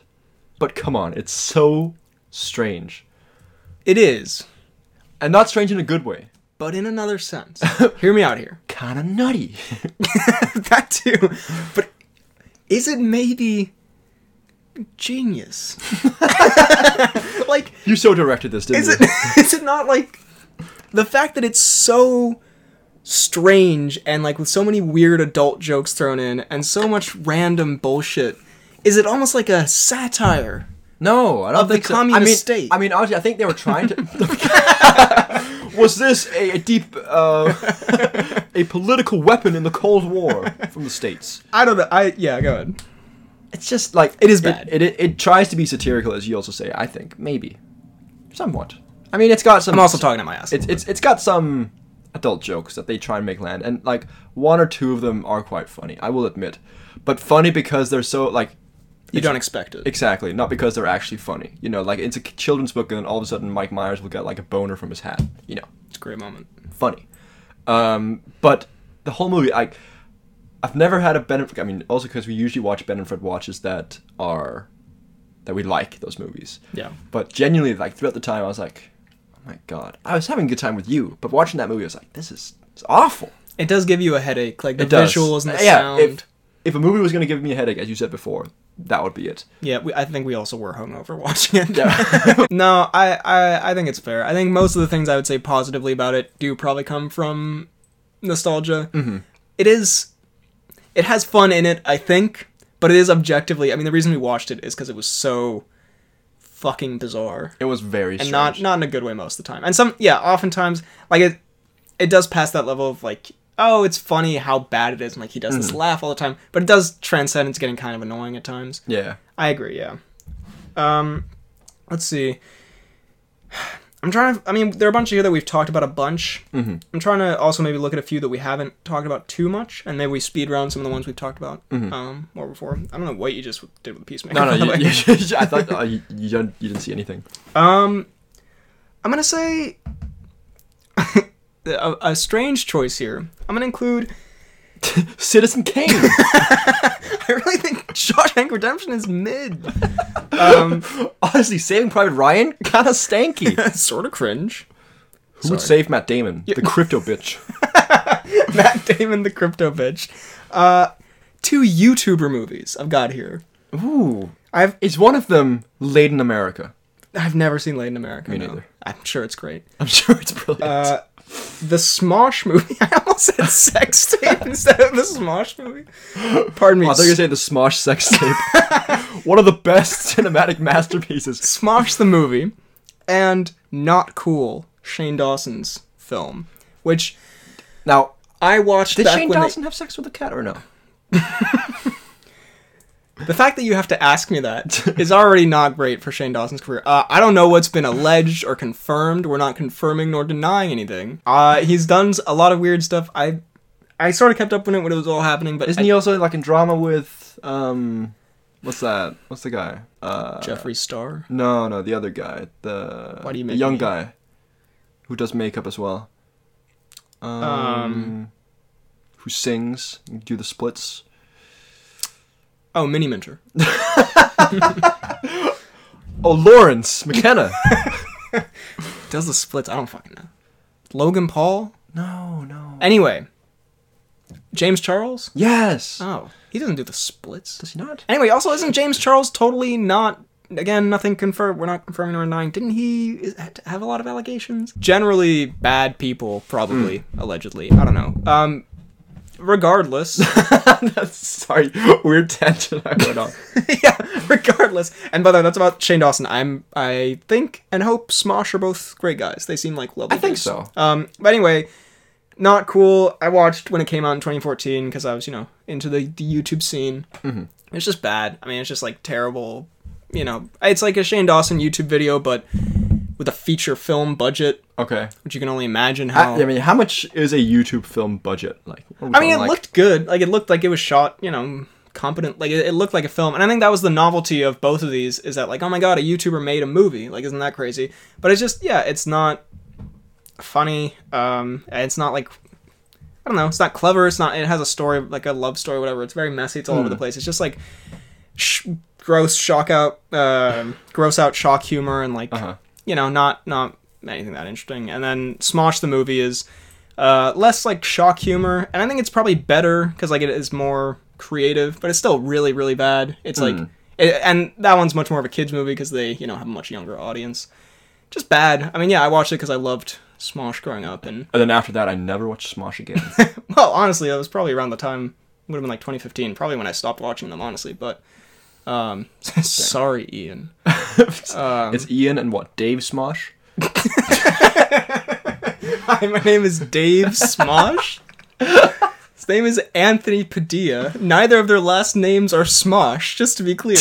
[SPEAKER 1] but come on, it's so strange,
[SPEAKER 2] It is,
[SPEAKER 1] and not strange in a good way.
[SPEAKER 2] but in another sense. Hear me out here.
[SPEAKER 1] Kind of nutty.
[SPEAKER 2] that too. But is it maybe genius? like
[SPEAKER 1] you so directed this, didn't
[SPEAKER 2] is
[SPEAKER 1] you?
[SPEAKER 2] it is it not like the fact that it's so strange and like with so many weird adult jokes thrown in and so much random bullshit is it almost like a satire
[SPEAKER 1] No, I don't
[SPEAKER 2] Of the
[SPEAKER 1] think so.
[SPEAKER 2] communist
[SPEAKER 1] I mean,
[SPEAKER 2] state.
[SPEAKER 1] I mean, honestly, I think they were trying to. Was this a, a deep, uh, a political weapon in the Cold War from the states?
[SPEAKER 2] i don't know i yeah go ahead
[SPEAKER 1] It's just like
[SPEAKER 2] It is bad.
[SPEAKER 1] It, it it tries to be satirical, as you also say. I think maybe, somewhat. I mean, it's got some.
[SPEAKER 2] i'm also talking at my ass
[SPEAKER 1] It's it's it's got some adult jokes that they try and make land, and like one or two of them are quite funny. I will admit, but funny because they're so like
[SPEAKER 2] you don't expect it
[SPEAKER 1] Exactly, not because they're actually funny. You know, like it's a children's book, and then all of a sudden Mike Myers will get like a boner from his hat. You know,
[SPEAKER 2] it's a great moment
[SPEAKER 1] funny. Um, but the whole movie, I, I've never had a Ben. and- I mean, also because we usually watch Ben and Fred watches that are, that we like those movies.
[SPEAKER 2] yeah
[SPEAKER 1] But genuinely, like throughout the time, I was like, oh my god, I was having a good time with you, but watching that movie, I was like, this is it's awful.
[SPEAKER 2] it does give you a headache like the
[SPEAKER 1] It does.
[SPEAKER 2] visuals and the
[SPEAKER 1] Yeah,
[SPEAKER 2] sound
[SPEAKER 1] If, if a movie was going to give me a headache, as you said before, that would be it.
[SPEAKER 2] Yeah, we, I think we also were hungover watching it.
[SPEAKER 1] Yeah.
[SPEAKER 2] no, I, I I think it's fair. I think most of the things I would say positively about it do probably come from nostalgia. Mm-hmm. is, it has fun in it, I think, but it is objectively. I mean, the reason we watched it is because it was so fucking bizarre
[SPEAKER 1] It was very
[SPEAKER 2] and
[SPEAKER 1] strange.
[SPEAKER 2] not not in a good way most of the time. And some yeah, oftentimes like it it does pass that level of like oh it's funny how bad it is and like he does this
[SPEAKER 1] Mm.
[SPEAKER 2] laugh all the time, but it does transcend into getting kind of annoying at times.
[SPEAKER 1] yeah.
[SPEAKER 2] I agree. Yeah. Um, let's see. I'm trying to. I mean, there are a bunch here that we've talked about a bunch. Mm-hmm. I'm trying to also maybe look at a few that we haven't talked about too much, and maybe we speed round some of the ones we've talked about um more before. I don't know what you just did with the peacemaker.
[SPEAKER 1] No,
[SPEAKER 2] by the
[SPEAKER 1] no,
[SPEAKER 2] way.
[SPEAKER 1] you, you, you- I thought uh, you, you don't. You didn't see anything.
[SPEAKER 2] Um, I'm gonna say a, a strange choice here. I'm gonna include.
[SPEAKER 1] Citizen Kane.
[SPEAKER 2] I really think Shawshank Redemption is mid. Um,
[SPEAKER 1] Honestly, Saving Private Ryan kind of stanky.
[SPEAKER 2] sort of cringe.
[SPEAKER 1] Who would save Matt Damon, the crypto bitch?
[SPEAKER 2] Matt Damon, the crypto bitch. Uh, two YouTuber movies I've got here.
[SPEAKER 1] Ooh,
[SPEAKER 2] I've
[SPEAKER 1] is one of them Late in America?
[SPEAKER 2] I've never seen Late in America.
[SPEAKER 1] Me
[SPEAKER 2] no.
[SPEAKER 1] neither.
[SPEAKER 2] I'm sure it's great.
[SPEAKER 1] I'm sure it's brilliant.
[SPEAKER 2] Uh, the Smosh movie. I almost said sex tape instead of the Smosh movie. Pardon me.
[SPEAKER 1] I thought you were gonna say the Smosh sex tape. one of the best cinematic masterpieces.
[SPEAKER 2] Smosh the movie and Not Cool Shane Dawson's film, which
[SPEAKER 1] Now,
[SPEAKER 2] I watched
[SPEAKER 1] did
[SPEAKER 2] back
[SPEAKER 1] Shane
[SPEAKER 2] when they-
[SPEAKER 1] Dawson have sex with a cat or no?
[SPEAKER 2] The fact that you have to ask me that is already not great for Shane Dawson's career. Uh, I don't know what's been alleged or confirmed. We're not confirming nor denying anything. Uh, he's done s- a lot of weird stuff. I, I sort of kept up with it when it was all happening, but
[SPEAKER 1] Isn't he also like in drama with um, what's that? What's the guy? Uh,
[SPEAKER 2] Jeffree Star?
[SPEAKER 1] No, no, the other guy, the,
[SPEAKER 2] Why do you
[SPEAKER 1] the
[SPEAKER 2] make
[SPEAKER 1] young
[SPEAKER 2] me-
[SPEAKER 1] guy, who does makeup as well. Um, who sings, do the splits.
[SPEAKER 2] Oh, Mini Minter.
[SPEAKER 1] Oh, Lawrence McKenna.
[SPEAKER 2] Does the splits? I don't fucking know. Logan Paul.
[SPEAKER 1] no, no.
[SPEAKER 2] Anyway, James Charles.
[SPEAKER 1] Yes.
[SPEAKER 2] Oh, he doesn't do the splits.
[SPEAKER 1] does he not?
[SPEAKER 2] Anyway, also isn't James Charles totally not again, nothing confirmed. We're not confirming or denying. Didn't he is- have a lot of allegations? Hmm. Generally, bad people, probably, allegedly. I don't know. Um, regardless,
[SPEAKER 1] That's sorry, weird tangent I went on.
[SPEAKER 2] yeah. Regardless, and by the way, that's about Shane Dawson. I'm, I think, and hope Smosh are both great guys. They seem like lovely.
[SPEAKER 1] I think
[SPEAKER 2] dudes.
[SPEAKER 1] so.
[SPEAKER 2] Um, but anyway, not cool. I watched when it came out in 2014 because I was, you know, into the, the YouTube scene. Mm-hmm. It's just bad. I mean, it's just like terrible. You know, it's like a Shane Dawson YouTube video, but with a feature film budget,
[SPEAKER 1] Okay.
[SPEAKER 2] which you can only imagine
[SPEAKER 1] I,
[SPEAKER 2] how.
[SPEAKER 1] I mean, how much is a YouTube film budget? Like, what are we
[SPEAKER 2] I mean, it
[SPEAKER 1] talking, like,
[SPEAKER 2] looked good. Like it looked like it was shot, you know, competent. Like it, it looked like a film, and I think that was the novelty of both of these is that like, oh my god, a YouTuber made a movie. Like, isn't that crazy? But it's just, yeah, it's not funny. Um, and it's not like I don't know. It's not clever. It's not. It has a story, like a love story, whatever. It's very messy. It's all over the place. It's just like sh- gross shock out, um gross out shock humor, and like
[SPEAKER 1] Uh-huh.
[SPEAKER 2] you know, not not anything that interesting. And then Smosh the movie is uh, less like shock humor, and I think it's probably better because like it is more creative, but it's still really really bad. It's like, it, and that one's much more of a kids movie because they you know have a much younger audience. Just bad. I mean, yeah, I watched it because I loved Smosh growing up, and
[SPEAKER 1] And then after that, I never watched Smosh again.
[SPEAKER 2] well, honestly, that was probably around the time would have been like 2015, probably when I stopped watching them, honestly. But um, sorry, Ian. Um.
[SPEAKER 1] it's Ian and what Dave Smosh.
[SPEAKER 2] Hi, my name is Dave Smosh. His name is Anthony Padilla. Neither of their last names are Smosh, just to be clear.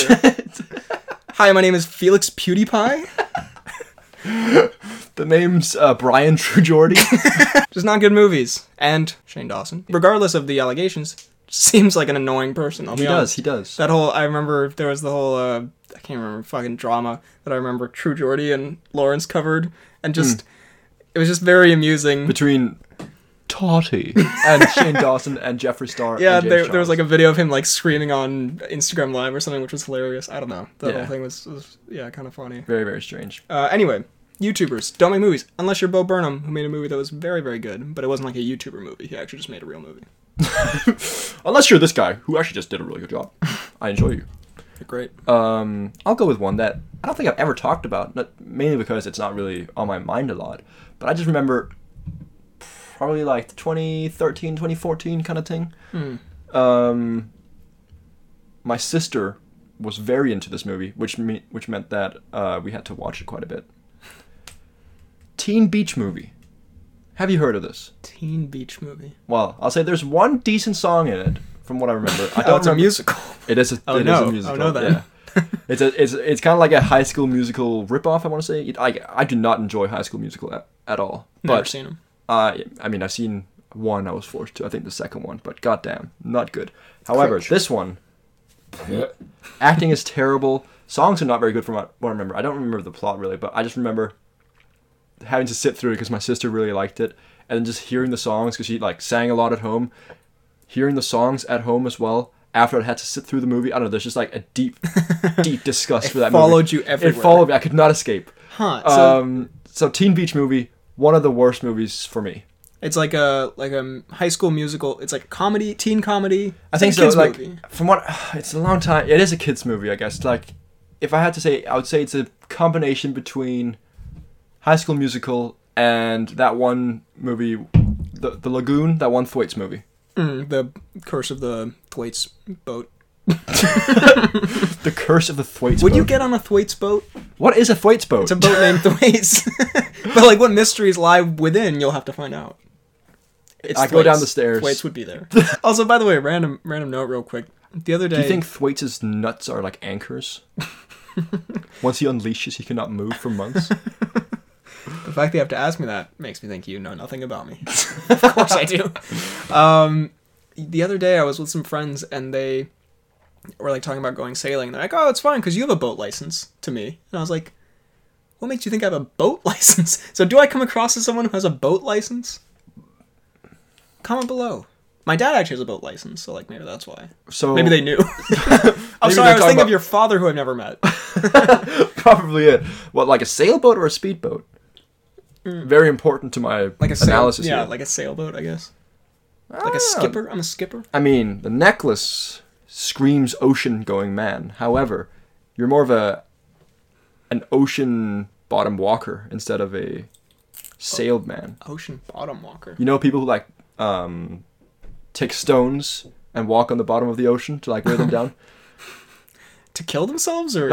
[SPEAKER 2] Hi, my name is Felix PewDiePie.
[SPEAKER 1] The name's uh, Brian Trujordy.
[SPEAKER 2] Just not good movies. And Shane Dawson. Regardless of the allegations, seems like an annoying person. I'll
[SPEAKER 1] he
[SPEAKER 2] be honest.
[SPEAKER 1] does. He does.
[SPEAKER 2] That whole I remember there was the whole uh, I can't remember fucking drama that I remember True Jordy and Lawrence covered and just it was just very amusing.
[SPEAKER 1] Between Totty and Shane Dawson and Jeffree Star.
[SPEAKER 2] yeah,
[SPEAKER 1] and James
[SPEAKER 2] there, there
[SPEAKER 1] Charles.
[SPEAKER 2] was like a video of him like screaming on Instagram Live or something, which was hilarious. I don't know. The
[SPEAKER 1] Yeah.
[SPEAKER 2] whole thing was, was yeah, kind of funny.
[SPEAKER 1] very very strange.
[SPEAKER 2] Uh, anyway, YouTubers don't make movies unless you're Bo Burnham, who made a movie that was very very good, but it wasn't like a YouTuber movie. He actually just made a real movie.
[SPEAKER 1] Unless you're this guy who actually just did a really good job. I enjoy you.
[SPEAKER 2] Great.
[SPEAKER 1] Um, I'll go with one that I don't think I've ever talked about, not, mainly because it's not really on my mind a lot. But I just remember probably like the 2013, 2014 kind of thing.
[SPEAKER 2] Hmm,
[SPEAKER 1] Um, my sister was very into this movie, which me- which meant that uh, we had to watch it quite a bit. Teen Beach Movie. Have you heard of this?
[SPEAKER 2] Teen Beach movie.
[SPEAKER 1] Well, I'll say there's one decent song in it, from what I remember. I don't
[SPEAKER 2] Oh, it's a
[SPEAKER 1] remember-
[SPEAKER 2] musical.
[SPEAKER 1] it is a,
[SPEAKER 2] Oh,
[SPEAKER 1] it is
[SPEAKER 2] no.
[SPEAKER 1] a
[SPEAKER 2] Oh,
[SPEAKER 1] musical.
[SPEAKER 2] no, then.
[SPEAKER 1] Yeah. it's a, it's it's kind of like a High School Musical ripoff. I want to say It- I I do not enjoy High School Musical at, at all.
[SPEAKER 2] Never
[SPEAKER 1] but
[SPEAKER 2] seen him.
[SPEAKER 1] I I mean I've seen one. I was forced to. I think the second one, but goddamn, not good. However,
[SPEAKER 2] Cringe.
[SPEAKER 1] this one, acting is terrible. Songs are not very good from what what I remember. I don't remember the plot really, but I just remember having to sit through it because my sister really liked it, and then just hearing the songs because she like sang a lot at home, hearing the songs at home as well. After I had to sit through the movie, I don't know. There's just like a deep, deep disgust for that.
[SPEAKER 2] followed
[SPEAKER 1] movie.
[SPEAKER 2] you everywhere.
[SPEAKER 1] It followed me. I could not escape.
[SPEAKER 2] Huh. So
[SPEAKER 1] um, so Teen Beach Movie, one of the worst movies for me.
[SPEAKER 2] It's like a like a high school musical. It's like a comedy, teen comedy.
[SPEAKER 1] I
[SPEAKER 2] It's
[SPEAKER 1] think
[SPEAKER 2] a
[SPEAKER 1] so.
[SPEAKER 2] kids
[SPEAKER 1] Like
[SPEAKER 2] movie.
[SPEAKER 1] from what it's a long time. It is a kids movie, I guess. Like if I had to say, I would say it's a combination between High School Musical and that one movie, the the Lagoon, that one Thwaites movie.
[SPEAKER 2] Mm, the Curse of the Thwaites boat.
[SPEAKER 1] The Curse of the Thwaites.
[SPEAKER 2] Would you
[SPEAKER 1] Boat.
[SPEAKER 2] get on a Thwaites boat?
[SPEAKER 1] What is a Thwaites boat?
[SPEAKER 2] It's a boat named Thwaites. but like, what mysteries lie within? You'll have to find out. It's
[SPEAKER 1] I go down
[SPEAKER 2] Thwaites.
[SPEAKER 1] the stairs.
[SPEAKER 2] Thwaites would be there. also, by the way, random random note, real quick. The other day,
[SPEAKER 1] Do you think Thwaites' nuts are like anchors? Once he unleashes, he cannot move for months.
[SPEAKER 2] The fact they have to ask me that makes me think you know nothing about me. of course I do. Um, the other day I was with some friends and they were like talking about going sailing. They're like, "Oh, it's fine because you have a boat license." To me, and I was like, "What makes you think I have a boat license?" So do I come across as someone who has a boat license? Comment below. My dad actually has a boat license, so like maybe that's why.
[SPEAKER 1] So
[SPEAKER 2] Maybe they knew. I'm
[SPEAKER 1] Maybe
[SPEAKER 2] sorry,
[SPEAKER 1] they're
[SPEAKER 2] I was
[SPEAKER 1] talking
[SPEAKER 2] thinking
[SPEAKER 1] about-
[SPEAKER 2] of your father who I've never met.
[SPEAKER 1] probably it. What like a sailboat or a speedboat? Very important to my
[SPEAKER 2] Mm. Like a sail-
[SPEAKER 1] analysis
[SPEAKER 2] yeah,
[SPEAKER 1] here.
[SPEAKER 2] like a sailboat, I guess. Like
[SPEAKER 1] Ah,
[SPEAKER 2] a skipper. I'm a skipper.
[SPEAKER 1] I mean, the necklace screams ocean going man. However, you're more of a an ocean bottom walker instead of a sailman.
[SPEAKER 2] Ocean bottom walker.
[SPEAKER 1] You know people who like um, take stones and walk on the bottom of the ocean to like weigh them down.
[SPEAKER 2] To kill themselves or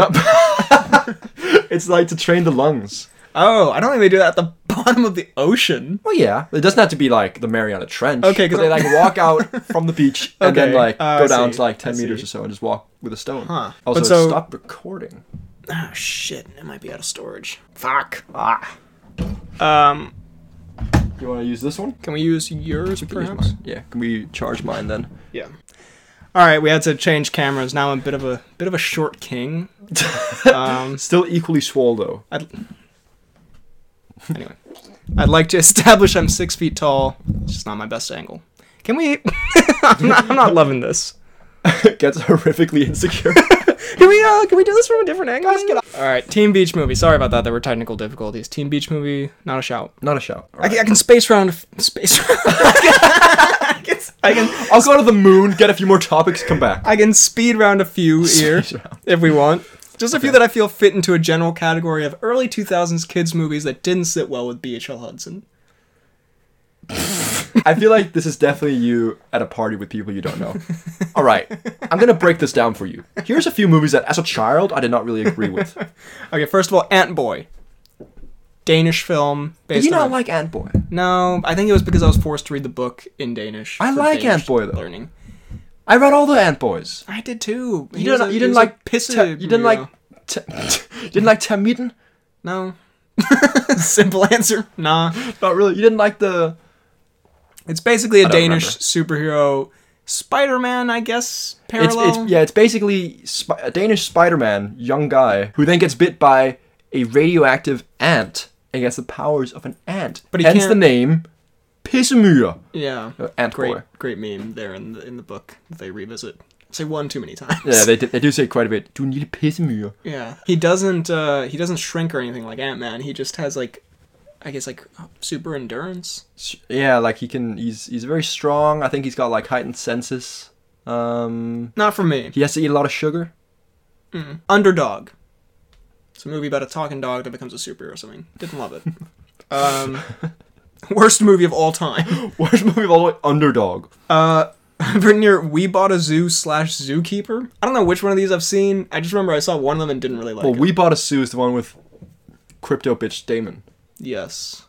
[SPEAKER 1] It's like to train the lungs.
[SPEAKER 2] Oh, I don't think they do that at the bottom of the ocean.
[SPEAKER 1] Well, yeah, it doesn't have to be like the Mariana Trench.
[SPEAKER 2] Okay,
[SPEAKER 1] because
[SPEAKER 2] 'cause
[SPEAKER 1] they
[SPEAKER 2] I-
[SPEAKER 1] like walk out from the beach and then
[SPEAKER 2] Okay,
[SPEAKER 1] like
[SPEAKER 2] uh, I
[SPEAKER 1] go down
[SPEAKER 2] see,
[SPEAKER 1] to like
[SPEAKER 2] I
[SPEAKER 1] ten meters
[SPEAKER 2] see.
[SPEAKER 1] or so and just walk with a stone.
[SPEAKER 2] Huh. But
[SPEAKER 1] Also,
[SPEAKER 2] so-
[SPEAKER 1] stop recording.
[SPEAKER 2] Oh shit, it might be out of storage. Fuck. Ah. Um,
[SPEAKER 1] You want to use this one?
[SPEAKER 2] can we use yours
[SPEAKER 1] Can we use
[SPEAKER 2] perhaps?
[SPEAKER 1] mine? Yeah. Can we charge mine then?
[SPEAKER 2] Yeah. All right, we had to change cameras. Now I'm a bit of a bit of a short king. Um,
[SPEAKER 1] Still equally swole though.
[SPEAKER 2] I'd, anyway, I'd like to establish I'm six feet tall. It's just not my best angle. Can we? I'm, not, I'm not loving this.
[SPEAKER 1] Gets horrifically insecure.
[SPEAKER 2] Can we? Uh, can we do this from a different angle? All right, Team Beach Movie. Sorry about that. There were technical difficulties. Team Beach Movie. Not a shout.
[SPEAKER 1] Not a shout.
[SPEAKER 2] I, can- I can space round. Space round. I can. I can,
[SPEAKER 1] I'll go to the moon, get a few more topics, come back.
[SPEAKER 2] I can speed round a few here
[SPEAKER 1] Speed round.
[SPEAKER 2] if we want. Just a few that I feel fit into a general category of early 2000s kids movies that didn't sit well with B.H.L. Hudson.
[SPEAKER 1] I feel like this is definitely you at a party with people you don't know. All right, I'm gonna break this down for you. Here's a few movies that, as a child, I did not really agree with.
[SPEAKER 2] Okay, first of all, Ant Boy. Danish film
[SPEAKER 1] Did
[SPEAKER 2] based
[SPEAKER 1] you
[SPEAKER 2] on
[SPEAKER 1] not
[SPEAKER 2] a-
[SPEAKER 1] like Ant Boy?
[SPEAKER 2] No, I think it was because I was forced to read the book in Danish.
[SPEAKER 1] I
[SPEAKER 2] for
[SPEAKER 1] like
[SPEAKER 2] Danish
[SPEAKER 1] Ant Boy, though.
[SPEAKER 2] Learning.
[SPEAKER 1] I read all the Ant Boys.
[SPEAKER 2] I did too. He
[SPEAKER 1] You
[SPEAKER 2] was
[SPEAKER 1] didn't.
[SPEAKER 2] a-
[SPEAKER 1] you
[SPEAKER 2] he
[SPEAKER 1] didn't
[SPEAKER 2] was a
[SPEAKER 1] like.
[SPEAKER 2] pissy
[SPEAKER 1] Te- you didn't
[SPEAKER 2] weirdo.
[SPEAKER 1] like. Te- you didn't like Temiden.
[SPEAKER 2] No. Simple answer. Nah.
[SPEAKER 1] Not really. You didn't like the.
[SPEAKER 2] It's basically a
[SPEAKER 1] don't
[SPEAKER 2] Danish superhero Spider-Man, I guess.
[SPEAKER 1] It's,
[SPEAKER 2] Parallel.
[SPEAKER 1] it's yeah. It's basically sp- a Danish Spider-Man, young guy who then gets bit by a radioactive ant and gets the powers of an ant.
[SPEAKER 2] But he
[SPEAKER 1] hence
[SPEAKER 2] can't-
[SPEAKER 1] the name, Pissemyr.
[SPEAKER 2] Yeah.
[SPEAKER 1] Uh, Ant
[SPEAKER 2] great,
[SPEAKER 1] Boy.
[SPEAKER 2] great meme there in the in the book that they revisit. Say one too many times.
[SPEAKER 1] Yeah, they, they do say quite a bit. Do you need a Pissemyr?
[SPEAKER 2] Yeah. He doesn't uh he doesn't shrink or anything like Ant Man. He just has like I guess like super endurance.
[SPEAKER 1] S- Yeah, like he can. He's he's very strong. I think he's got like heightened senses. Um,
[SPEAKER 2] Not for me.
[SPEAKER 1] he has to eat a lot of sugar.
[SPEAKER 2] Mm. Underdog. It's a movie about a talking dog that becomes a superhero or something. Didn't love it. um worst movie of all time.
[SPEAKER 1] Worst movie of all the way, Underdog.
[SPEAKER 2] Uh I've written here We Bought a Zoo slash Zookeeper. I don't know which one of these I've seen. I just remember I saw one of them and didn't really like
[SPEAKER 1] Well,
[SPEAKER 2] it.
[SPEAKER 1] we bought a Sue is the one with crypto bitch Damon.
[SPEAKER 2] Yes.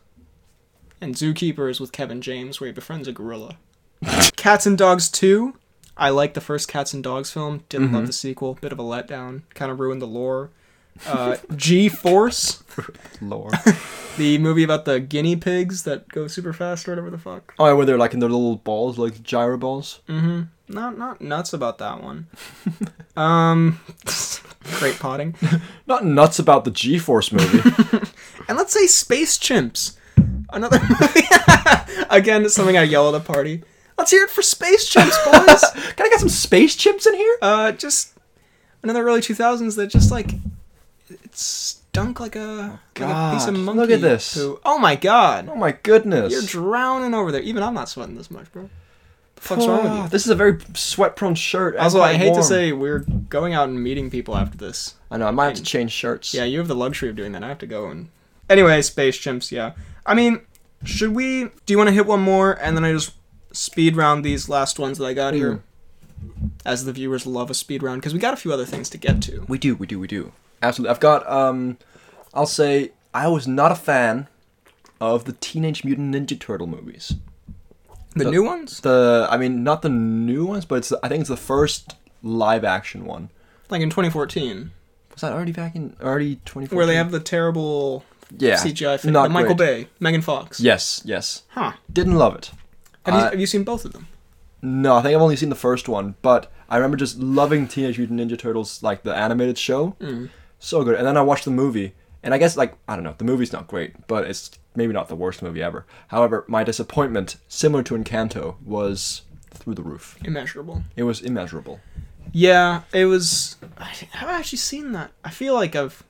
[SPEAKER 2] And Zookeeper is with Kevin James, where he befriends a gorilla. Cats and Dogs 2. I like the first Cats and Dogs film. Didn't love the sequel. Bit of a letdown. Kind of ruined the lore. Uh, G Force,
[SPEAKER 1] Lord.
[SPEAKER 2] the movie about the guinea pigs that go super fast or whatever the fuck.
[SPEAKER 1] oh, yeah, where they're like in their little balls, like gyro balls.
[SPEAKER 2] Mm-hmm. Not not nuts about that one. um, great potting.
[SPEAKER 1] Not nuts about the G-force movie.
[SPEAKER 2] And let's say Space Chimps. Another movie. Again, it's something I yell at a party. Let's hear it for Space Chimps, boys.
[SPEAKER 1] Can I get some space chips in here?
[SPEAKER 2] uh, just another early 2000s that just like it stunk like a, like a piece of
[SPEAKER 1] God,
[SPEAKER 2] monkey.
[SPEAKER 1] look at this.
[SPEAKER 2] poo. Oh my god,
[SPEAKER 1] Oh my goodness.
[SPEAKER 2] you're drowning over there. Even I'm not sweating this much, bro. The fuck's wrong with you?
[SPEAKER 1] This is a very sweat-prone shirt. and
[SPEAKER 2] Also, I
[SPEAKER 1] quite
[SPEAKER 2] hate to
[SPEAKER 1] warm.
[SPEAKER 2] say we're going out and meeting people after this.
[SPEAKER 1] I know I might have to change shirts.
[SPEAKER 2] Yeah, you have the luxury of doing that. I have to go and anyway, space chimps. Yeah, I mean, should we? Do you want to hit one more and then I just speed round these last ones that I got here?
[SPEAKER 1] Hmm.
[SPEAKER 2] As the viewers love a speed round because we got a few other things to get to.
[SPEAKER 1] We do, we do, we do. Absolutely. I've got um I'll say I was not a fan of the Teenage Mutant Ninja Turtle movies.
[SPEAKER 2] The new ones?
[SPEAKER 1] The I mean not the new ones, but it's the, I think it's the first live action one.
[SPEAKER 2] like in 2014,
[SPEAKER 1] Was that already back in already 2014?
[SPEAKER 2] where they have the terrible
[SPEAKER 1] yeah,
[SPEAKER 2] CGI thing.
[SPEAKER 1] not
[SPEAKER 2] the Michael
[SPEAKER 1] great.
[SPEAKER 2] Bay, Megan Fox.
[SPEAKER 1] Yes, yes.
[SPEAKER 2] Huh.
[SPEAKER 1] Didn't love it.
[SPEAKER 2] Have, you,
[SPEAKER 1] Uh,
[SPEAKER 2] have you seen both of them?
[SPEAKER 1] No, I think I've only seen the first one, but I remember just loving Teenage Mutant Ninja Turtles, like the animated show. Mm. So good. And then I watched the movie, and I guess, like, I don't know, the movie's not great, but it's maybe not the worst movie ever. However, my disappointment, similar to Encanto, was through the roof.
[SPEAKER 2] Immeasurable.
[SPEAKER 1] It was immeasurable.
[SPEAKER 2] Yeah, it was. I have I actually seen that? I feel like I've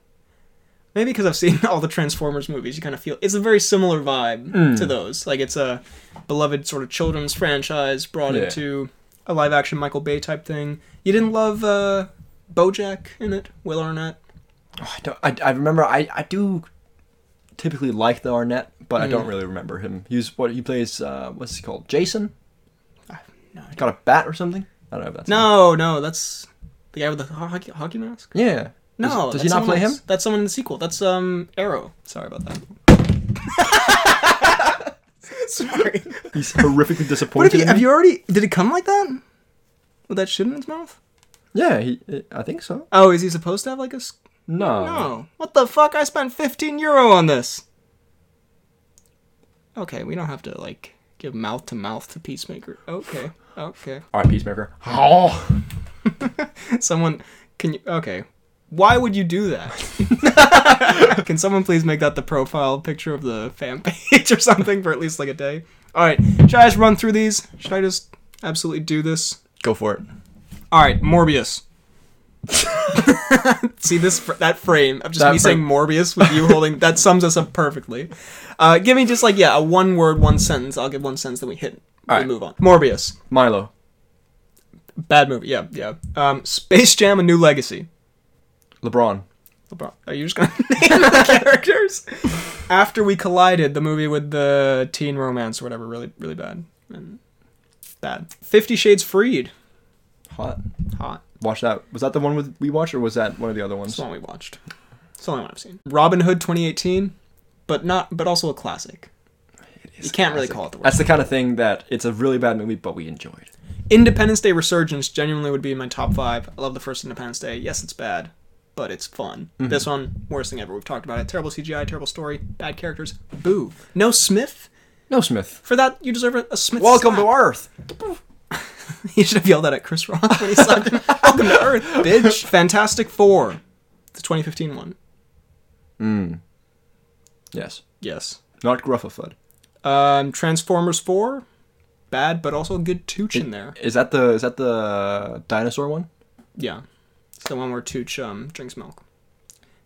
[SPEAKER 2] maybe because I've seen all the Transformers movies. You kind of feel it's a very similar vibe
[SPEAKER 1] Hmm.
[SPEAKER 2] to those. Like it's a beloved sort of children's franchise brought
[SPEAKER 1] Yeah.
[SPEAKER 2] into a live-action Michael Bay type thing. You didn't love uh, BoJack in it, Will Arnett.
[SPEAKER 1] Oh, I, don't, I, I remember I, I do typically like the Arnett, but I don't really remember him. He's what he plays. Uh, what's he called? Jason?
[SPEAKER 2] Ah, No, I don't-
[SPEAKER 1] Got a bat or something? I don't know if that's
[SPEAKER 2] no, no, that's the guy with the ho- hockey, hockey mask.
[SPEAKER 1] Yeah.
[SPEAKER 2] No,
[SPEAKER 1] Does, does
[SPEAKER 2] that's
[SPEAKER 1] he not
[SPEAKER 2] someone
[SPEAKER 1] play
[SPEAKER 2] else.
[SPEAKER 1] him?
[SPEAKER 2] That's someone in the sequel. That's um Arrow. Sorry about that. Sorry.
[SPEAKER 1] He's horrifically
[SPEAKER 2] What if
[SPEAKER 1] disappointed.
[SPEAKER 2] you,
[SPEAKER 1] in
[SPEAKER 2] have
[SPEAKER 1] me.
[SPEAKER 2] you already? Did it come like that? With that shit in its mouth?
[SPEAKER 1] Yeah, he, uh, I think so.
[SPEAKER 2] Oh, is he supposed to have like a? s-
[SPEAKER 1] No.
[SPEAKER 2] No. What the fuck? I spent fifteen euro on this. Okay, we don't have to like give mouth to mouth to Peacemaker. Okay. Okay.
[SPEAKER 1] All right, Peacemaker. Oh.
[SPEAKER 2] Someone, can you? Okay. Why would you do that? can someone please make that the profile picture of the fan page or something for at least like a day? All right. Should I just run through these? Should I just absolutely do this?
[SPEAKER 1] Go for it.
[SPEAKER 2] All right, Morbius. See this fr- that frame of just
[SPEAKER 1] That
[SPEAKER 2] me
[SPEAKER 1] frame.
[SPEAKER 2] saying Morbius with you holding that sums us up perfectly. Uh, give me just like yeah a one word one sentence. I'll give one sentence then we hit we
[SPEAKER 1] All right.
[SPEAKER 2] move on. Morbius,
[SPEAKER 1] Milo.
[SPEAKER 2] bad movie. Yeah yeah. Um, Space Jam: A New Legacy.
[SPEAKER 1] LeBron.
[SPEAKER 2] LeBron. Are you just gonna name the characters? After we collided, the movie with the teen romance or whatever, really really bad and bad. Fifty Shades Freed.
[SPEAKER 1] Hot.
[SPEAKER 2] Hot.
[SPEAKER 1] Watch that. Was that the one with we watched, or was that one of the other
[SPEAKER 2] It's
[SPEAKER 1] ones?
[SPEAKER 2] the one we watched. It's the only one I've seen. Robin Hood 2018, but not, but also a classic. you can't really
[SPEAKER 1] classic.
[SPEAKER 2] call it the worst.
[SPEAKER 1] That's the kind of thing that it's a really bad movie, but we enjoyed.
[SPEAKER 2] Independence Day Resurgence genuinely would be in my top five. I love the first Independence Day. Yes, it's bad, but it's fun.
[SPEAKER 1] Mm-hmm.
[SPEAKER 2] This one, worst thing ever. We've talked about it. Terrible CGI, terrible story, bad characters. Boo. No Smith.
[SPEAKER 1] No, Smith.
[SPEAKER 2] For that, you deserve a, a Smith.
[SPEAKER 1] Welcome
[SPEAKER 2] slap.
[SPEAKER 1] to Earth.
[SPEAKER 2] You should have yelled that at Chris Rock when he slapped him. Welcome to Earth, bitch. Fantastic Four, the 2015 one.
[SPEAKER 1] Yes.
[SPEAKER 2] Yes.
[SPEAKER 1] Not Gruffafud.
[SPEAKER 2] Um, Transformers 4, bad, but also a good Tooch in there.
[SPEAKER 1] Is that the is that the dinosaur one?
[SPEAKER 2] Yeah. It's the one where Tooch um, drinks milk.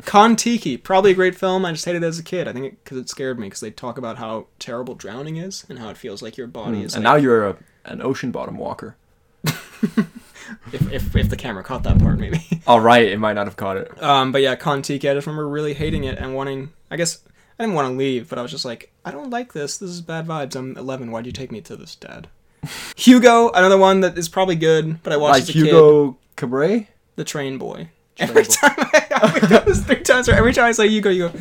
[SPEAKER 2] Kon-Tiki, probably a great film. I just hated it as a kid. I think because it, scared me because they talk about how terrible drowning is and how it feels like your body is.
[SPEAKER 1] Mm, And
[SPEAKER 2] like,
[SPEAKER 1] now you're a, an ocean bottom walker.
[SPEAKER 2] if, if, if the camera caught that part, maybe.
[SPEAKER 1] All right, it might not have caught it.
[SPEAKER 2] Um, but yeah, Kon-Tiki, I just remember really hating it and wanting. I guess I didn't want to leave, but I was just like, I don't like this. This is bad vibes. I'm 11. Why'd you take me to this, Dad? Hugo, another one that is probably good, but I watched
[SPEAKER 1] Like
[SPEAKER 2] as a kid.
[SPEAKER 1] Hugo Cabret.
[SPEAKER 2] the train boy. every time I, I would do this three times, or every time I say Hugo, you go,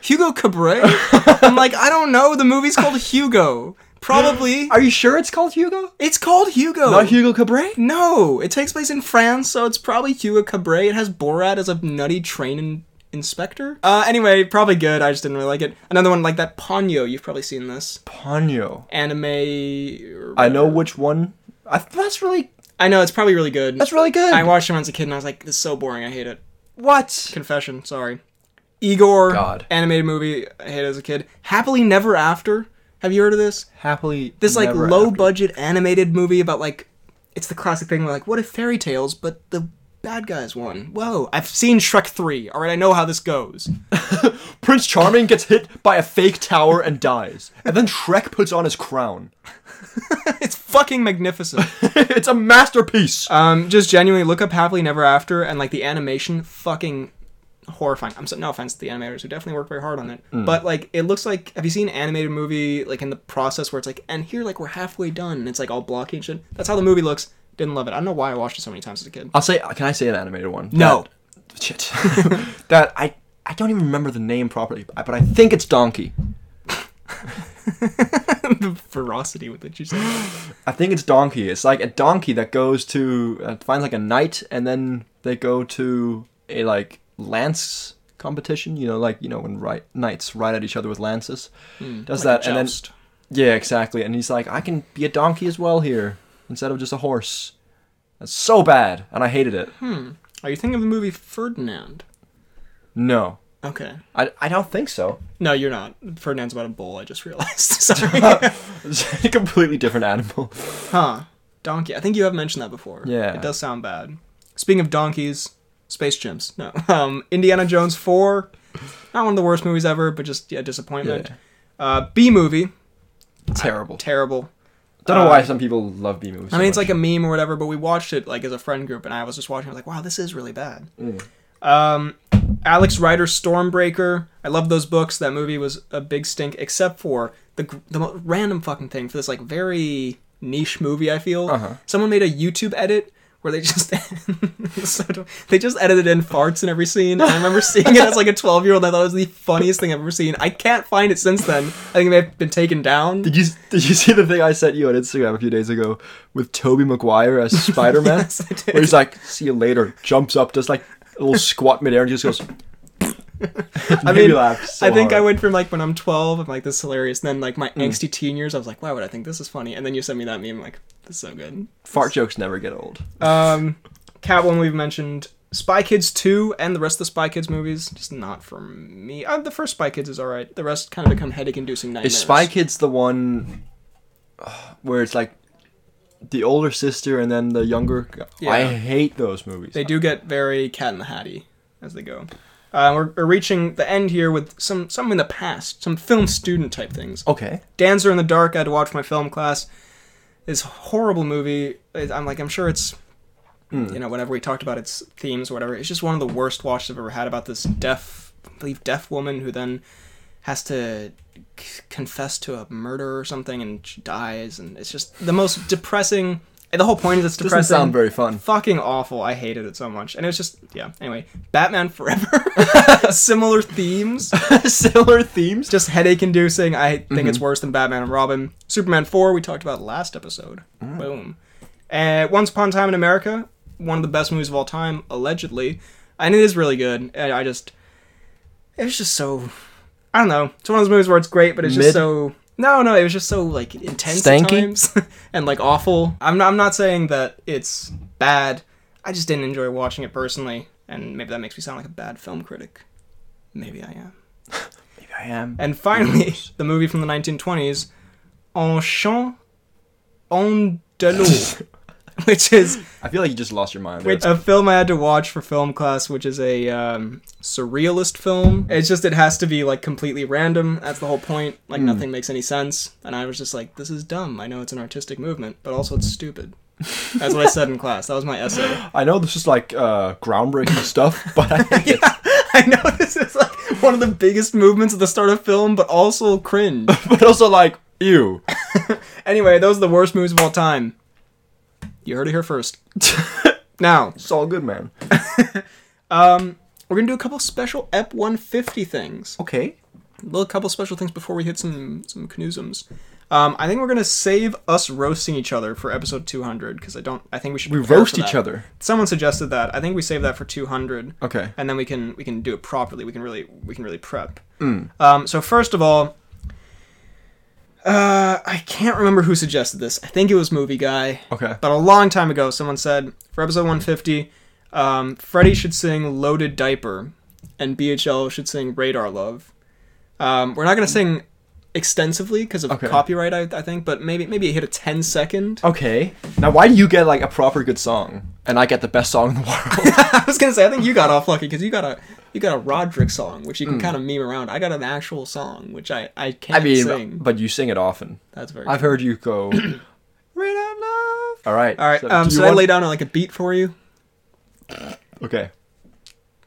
[SPEAKER 2] Hugo Cabret? I'm like, I don't know. The movie's called Hugo. Probably.
[SPEAKER 1] Are you sure it's called Hugo?
[SPEAKER 2] It's called Hugo.
[SPEAKER 1] Not Hugo Cabret.
[SPEAKER 2] no, it takes place in France, so it's probably Hugo Cabret. It has Borat as a nutty train in- inspector. Uh, anyway, probably good. I just didn't really like it. Another one like that, Ponyo. You've probably seen this
[SPEAKER 1] Ponyo.
[SPEAKER 2] anime.
[SPEAKER 1] I know which one. I, that's really
[SPEAKER 2] I know it's probably really good.
[SPEAKER 1] that's really good.
[SPEAKER 2] I watched it when I was a kid, and I was like, "This is so boring. I hate it."
[SPEAKER 1] what?
[SPEAKER 2] confession, sorry. Igor,
[SPEAKER 1] God.
[SPEAKER 2] animated movie I hated as a kid. Happily Never After. Have you heard of this?
[SPEAKER 1] Happily.
[SPEAKER 2] This like
[SPEAKER 1] never
[SPEAKER 2] low
[SPEAKER 1] after.
[SPEAKER 2] budget animated movie about like it's the classic thing where, like what if fairy tales but the bad guys won. Whoa, I've seen Shrek 3. All right, I know how this goes.
[SPEAKER 1] Prince Charming gets hit by a fake tower and dies, and then Shrek puts on his crown.
[SPEAKER 2] it's fucking magnificent.
[SPEAKER 1] it's a masterpiece.
[SPEAKER 2] Um, just genuinely look up Happily Never After and like the animation, fucking horrifying. I'm so, no offense to the animators who definitely worked very hard on it,
[SPEAKER 1] Mm.
[SPEAKER 2] but like it looks like have you seen an animated movie like in the process where it's like and here like we're halfway done and it's like all blocky and shit. That's how the movie looks. Didn't love it. I don't know why I watched it so many times as a kid.
[SPEAKER 1] I'll say. Can I say an animated one?
[SPEAKER 2] No.
[SPEAKER 1] That- shit. that I I don't even remember the name properly, but I think it's Donkey.
[SPEAKER 2] the
[SPEAKER 1] Uh,
[SPEAKER 2] ferocity with which you said. that.
[SPEAKER 1] I think it's donkey. It's like a donkey that goes to uh, finds like a knight, and then they go to a like lance competition. You know, like you know when right knights ride at each other with lances. Does
[SPEAKER 2] Hmm. Like a
[SPEAKER 1] that and then
[SPEAKER 2] joust.
[SPEAKER 1] yeah, exactly. And he's like, I can be a donkey as well here instead of just a horse. That's so bad, and I hated it.
[SPEAKER 2] Are you thinking of the movie Ferdinand?
[SPEAKER 1] No,
[SPEAKER 2] Okay.
[SPEAKER 1] I, I don't think so.
[SPEAKER 2] No, you're not. Ferdinand's about a bull. I just realized. Sorry.
[SPEAKER 1] It's a completely different animal.
[SPEAKER 2] Huh. Donkey. I think you have mentioned that before.
[SPEAKER 1] Yeah.
[SPEAKER 2] It does sound bad. Speaking of donkeys, Space Chimps. No. Um, Indiana Jones 4. Not one of the worst movies ever, but just yeah, disappointment.
[SPEAKER 1] Yeah.
[SPEAKER 2] Uh, B movie.
[SPEAKER 1] Terrible.
[SPEAKER 2] Terrible.
[SPEAKER 1] don't know why some people love B movies. Mm.
[SPEAKER 2] I mean, it's like a meme or whatever, but we watched it like as a friend group, and I was just watching. I was like, "Wow, this is really bad." Um, Alex Rider Stormbreaker. I love those books. That movie was a big stink, except for the gr- the mo- random fucking thing for this like very niche movie. I feel
[SPEAKER 1] Uh-huh.
[SPEAKER 2] someone made a YouTube edit where they just so dumb. they just edited in farts in every scene. And I remember seeing it as like a twelve year old. I thought it was the funniest thing I've ever seen. I can't find it since then. I think it may have been taken down.
[SPEAKER 1] Did you did you see the thing I sent you on Instagram a few days ago with Toby Maguire as Spider Man?
[SPEAKER 2] Yes, I did.
[SPEAKER 1] Where he's like, "See you later," jumps up, does like a little squat midair, and just goes. I
[SPEAKER 2] mean,
[SPEAKER 1] me laugh so
[SPEAKER 2] I think I
[SPEAKER 1] hard.
[SPEAKER 2] went from like when I'm 12, I'm like this is hilarious. And then like my angsty teen years, I was like, why would I think this is funny? And then you sent me that meme, I'm like this is so good.
[SPEAKER 1] fart jokes never get old.
[SPEAKER 2] Um, Catwoman we've mentioned, Spy Kids 2, and the rest of the Spy Kids movies, just not for me. Uh, the first Spy Kids is all right. The rest kind of become headache-inducing nightmares.
[SPEAKER 1] Is Spy Kids the one uh, where it's like the older sister and then the younger? g- I
[SPEAKER 2] Yeah.
[SPEAKER 1] hate those movies.
[SPEAKER 2] They do get very Cat and the Hattie as they go. Uh, we're, we're reaching the end here with some some in the past, some film student type things.
[SPEAKER 1] Okay.
[SPEAKER 2] Dancer in the Dark, I had to watch my film class. This horrible movie. I- I'm like, I'm sure it's,
[SPEAKER 1] Hmm.
[SPEAKER 2] you know, whenever we talked about its themes or whatever, it's just one of the worst watches I've ever had about this deaf, I believe, deaf woman who then has to c- confess to a murder or something and she dies. And it's just the most depressing. and The whole point is it's
[SPEAKER 1] Doesn't
[SPEAKER 2] depressing.
[SPEAKER 1] sound very fun.
[SPEAKER 2] Fucking awful. I hated it so much. And it was just, yeah. Anyway, Batman Forever. Similar themes
[SPEAKER 1] Similar themes.
[SPEAKER 2] just headache inducing. I think
[SPEAKER 1] Mm-hmm.
[SPEAKER 2] it's worse than Batman and Robin. Superman 4, we talked about last episode. Boom. And Once Upon a Time in America, one of the best movies of all time, allegedly. And it is really good. And I just. It was just so. I don't know. It's one of those movies where it's great, but it's
[SPEAKER 1] Mid-
[SPEAKER 2] just so. No, no, it was just so like intense at
[SPEAKER 1] Stanky?
[SPEAKER 2] times and like awful. I'm not, I'm not saying that it's bad. I just didn't enjoy watching it personally, and maybe that makes me sound like a bad film critic. Maybe I am.
[SPEAKER 1] Maybe I am.
[SPEAKER 2] And finally, the movie from the 1920s, En Chant Andalou, which is
[SPEAKER 1] I feel like you just lost your mind. there.
[SPEAKER 2] which a film I had to watch for film class, which is a um, surrealist film. It's just it has to be like completely random. That's the whole point. Like nothing makes any sense. And I was just like, this is dumb. I know it's an artistic movement, but also it's stupid. That's what I said in class. That was my essay.
[SPEAKER 1] I know this is like uh, groundbreaking stuff, but I think it's
[SPEAKER 2] I know this is like one of the biggest movements at the start of film, but also cringe.
[SPEAKER 1] but also like ew.
[SPEAKER 2] Anyway, those are the worst moves of all time. You heard it here first. now,
[SPEAKER 1] It's all good, man.
[SPEAKER 2] we're gonna do a couple special EP 150 things.
[SPEAKER 1] Okay.
[SPEAKER 2] A little couple special things before we hit some some canoosums. Um, I think we're gonna save us roasting each other for episode 200 because I don't. I think we should
[SPEAKER 1] We
[SPEAKER 2] prepare
[SPEAKER 1] roast
[SPEAKER 2] for
[SPEAKER 1] each
[SPEAKER 2] that.
[SPEAKER 1] other.
[SPEAKER 2] Someone suggested that. I think we save that for 200.
[SPEAKER 1] Okay.
[SPEAKER 2] and then we can we can do it properly. We can really we can really prep.
[SPEAKER 1] Mm.
[SPEAKER 2] Um, so first of all, uh, I can't remember who suggested this. I think it was Movie Guy.
[SPEAKER 1] Okay.
[SPEAKER 2] But a long time ago, someone said for episode 150, um, Freddie should sing "Loaded Diaper," and BHL should sing "Radar Love." Um, we're not gonna sing extensively because of
[SPEAKER 1] Okay.
[SPEAKER 2] copyright, I, I think. But maybe maybe hit a 10 second.
[SPEAKER 1] Okay. Now why do you get like a proper good song and I get the best song in the world?
[SPEAKER 2] I was gonna say I think you got off lucky because you got a you got a Roderick song which you can kind of meme around. I got an actual song which I I
[SPEAKER 1] I
[SPEAKER 2] can't
[SPEAKER 1] mean,
[SPEAKER 2] sing.
[SPEAKER 1] but you sing it often.
[SPEAKER 2] That's very.
[SPEAKER 1] I've heard you go.
[SPEAKER 2] Right on love.
[SPEAKER 1] All right.
[SPEAKER 2] All right.
[SPEAKER 1] do
[SPEAKER 2] um,
[SPEAKER 1] you
[SPEAKER 2] so I
[SPEAKER 1] want-
[SPEAKER 2] lay down on like a beat for you.
[SPEAKER 1] Okay.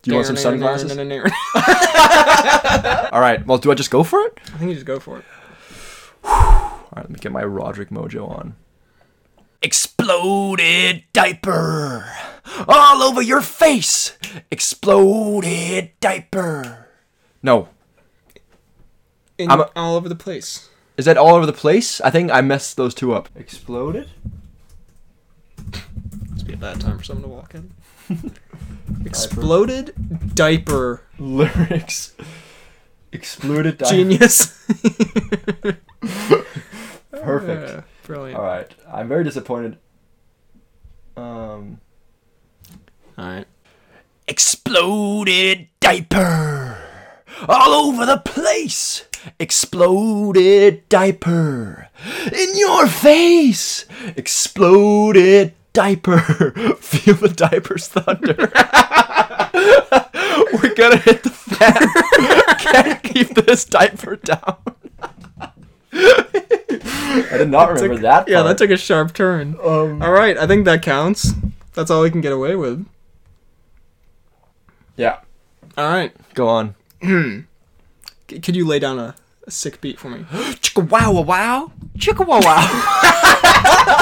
[SPEAKER 1] Do you want some sunglasses?
[SPEAKER 2] I
[SPEAKER 1] All right. Well, do I just go for it?
[SPEAKER 2] think you just go for it.
[SPEAKER 1] All right. Let me get my Roderick mojo on. Exploded diaper all over your face. Exploded diaper. No.
[SPEAKER 2] In,
[SPEAKER 1] I'm a-
[SPEAKER 2] all over the place.
[SPEAKER 1] Is that all over the place? I think I messed those two up. Exploded?
[SPEAKER 2] Must be a bad time for someone to walk in. Exploded diaper
[SPEAKER 1] Lyrics. Exploded diaper.
[SPEAKER 2] genius.
[SPEAKER 1] Perfect.
[SPEAKER 2] Yeah, brilliant.
[SPEAKER 1] All right. I'm very disappointed. Um.
[SPEAKER 2] All right.
[SPEAKER 1] Exploded diaper. All over the place. Exploded diaper. In your face. Exploded diaper. Feel the diaper's thunder. We're gonna hit the fan. Can't keep this diaper down. I did not remember
[SPEAKER 2] Took-
[SPEAKER 1] that.
[SPEAKER 2] Yeah,
[SPEAKER 1] part.
[SPEAKER 2] that took a sharp turn.
[SPEAKER 1] Um,
[SPEAKER 2] All right, I think that counts. That's all we can get away with.
[SPEAKER 1] Yeah.
[SPEAKER 2] All right.
[SPEAKER 1] Go on.
[SPEAKER 2] C- could you lay down a, a sick beat for me?
[SPEAKER 1] Chicka wow wow wow. Chicka wow wow.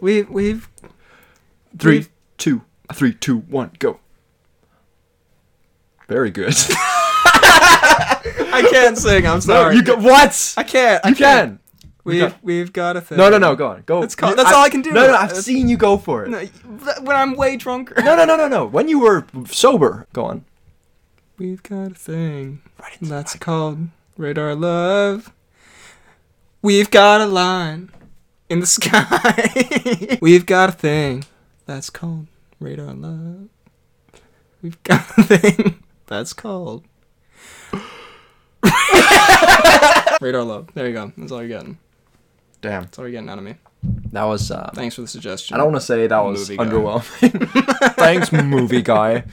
[SPEAKER 2] we we've
[SPEAKER 1] Three, two, three, two, one, go. Very good.
[SPEAKER 2] I can't sing. I'm
[SPEAKER 1] no,
[SPEAKER 2] sorry.
[SPEAKER 1] you go what?
[SPEAKER 2] I can't. I
[SPEAKER 1] you can.
[SPEAKER 2] We've
[SPEAKER 1] got-
[SPEAKER 2] we've got a thing.
[SPEAKER 1] No, no, no. Go on. Go.
[SPEAKER 2] That's called-
[SPEAKER 1] You-
[SPEAKER 2] that's all I can do.
[SPEAKER 1] No, no. I've
[SPEAKER 2] That's-
[SPEAKER 1] seen you go for it.
[SPEAKER 2] No,
[SPEAKER 1] No,
[SPEAKER 2] y- th- when I'm way drunker.
[SPEAKER 1] no, no, no, no. When you were sober, go on.
[SPEAKER 2] We've got a thing.
[SPEAKER 1] Right into the
[SPEAKER 2] That's called radar love. We've got a line in the sky. We've got a thing. That's called radar love. We've got a thing. That's called radar love. There you go. That's all you're getting.
[SPEAKER 1] Damn.
[SPEAKER 2] That's all you're getting out of me.
[SPEAKER 1] That was. Uh,
[SPEAKER 2] Thanks for the suggestion.
[SPEAKER 1] I don't want to say that was
[SPEAKER 2] Movie guy.
[SPEAKER 1] underwhelming. Thanks, movie guy.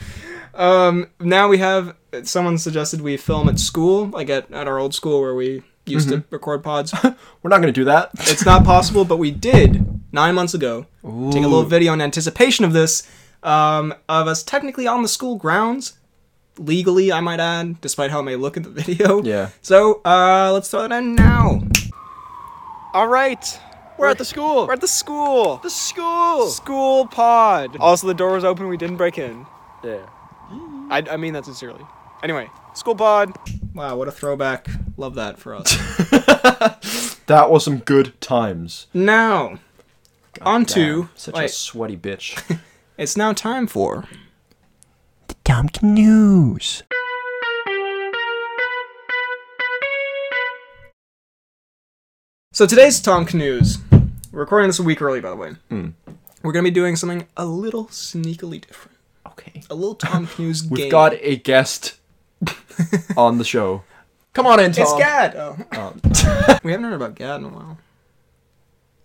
[SPEAKER 2] Um, now we have someone suggested we film at school, like at, at our old school where we used to
[SPEAKER 1] Mm-hmm.
[SPEAKER 2] record pods.
[SPEAKER 1] We're not gonna do that.
[SPEAKER 2] it's not possible, but we did nine months ago take a little
[SPEAKER 1] Ooh.
[SPEAKER 2] video in anticipation of this, um, of us technically on the school grounds, legally, I might add, despite how it may look in the video.
[SPEAKER 1] Yeah.
[SPEAKER 2] So uh, let's throw that in now. All right.
[SPEAKER 3] We're at the school.
[SPEAKER 2] We're at the school.
[SPEAKER 3] the school.
[SPEAKER 2] school pod. Also, the door was open. We didn't break in.
[SPEAKER 3] Yeah.
[SPEAKER 2] I, I mean that sincerely. Anyway, school pod. Wow, what a throwback. Love that for us.
[SPEAKER 1] That was some good times.
[SPEAKER 2] now, on to.
[SPEAKER 1] Damn, such a
[SPEAKER 2] Wait,
[SPEAKER 1] sweaty bitch.
[SPEAKER 2] it's now time for.
[SPEAKER 1] Dumped news.
[SPEAKER 2] So today's Tom Canoes. We're recording this a week early, by the way.
[SPEAKER 1] Hmm.
[SPEAKER 2] We're going to be doing something a little sneakily different.
[SPEAKER 1] Okay.
[SPEAKER 2] A little Tom Canoes game.
[SPEAKER 1] We've got a guest on the show. Come on in, Tom.
[SPEAKER 2] It's Gad! Oh.
[SPEAKER 1] Um,
[SPEAKER 2] we haven't heard about Gad in a while.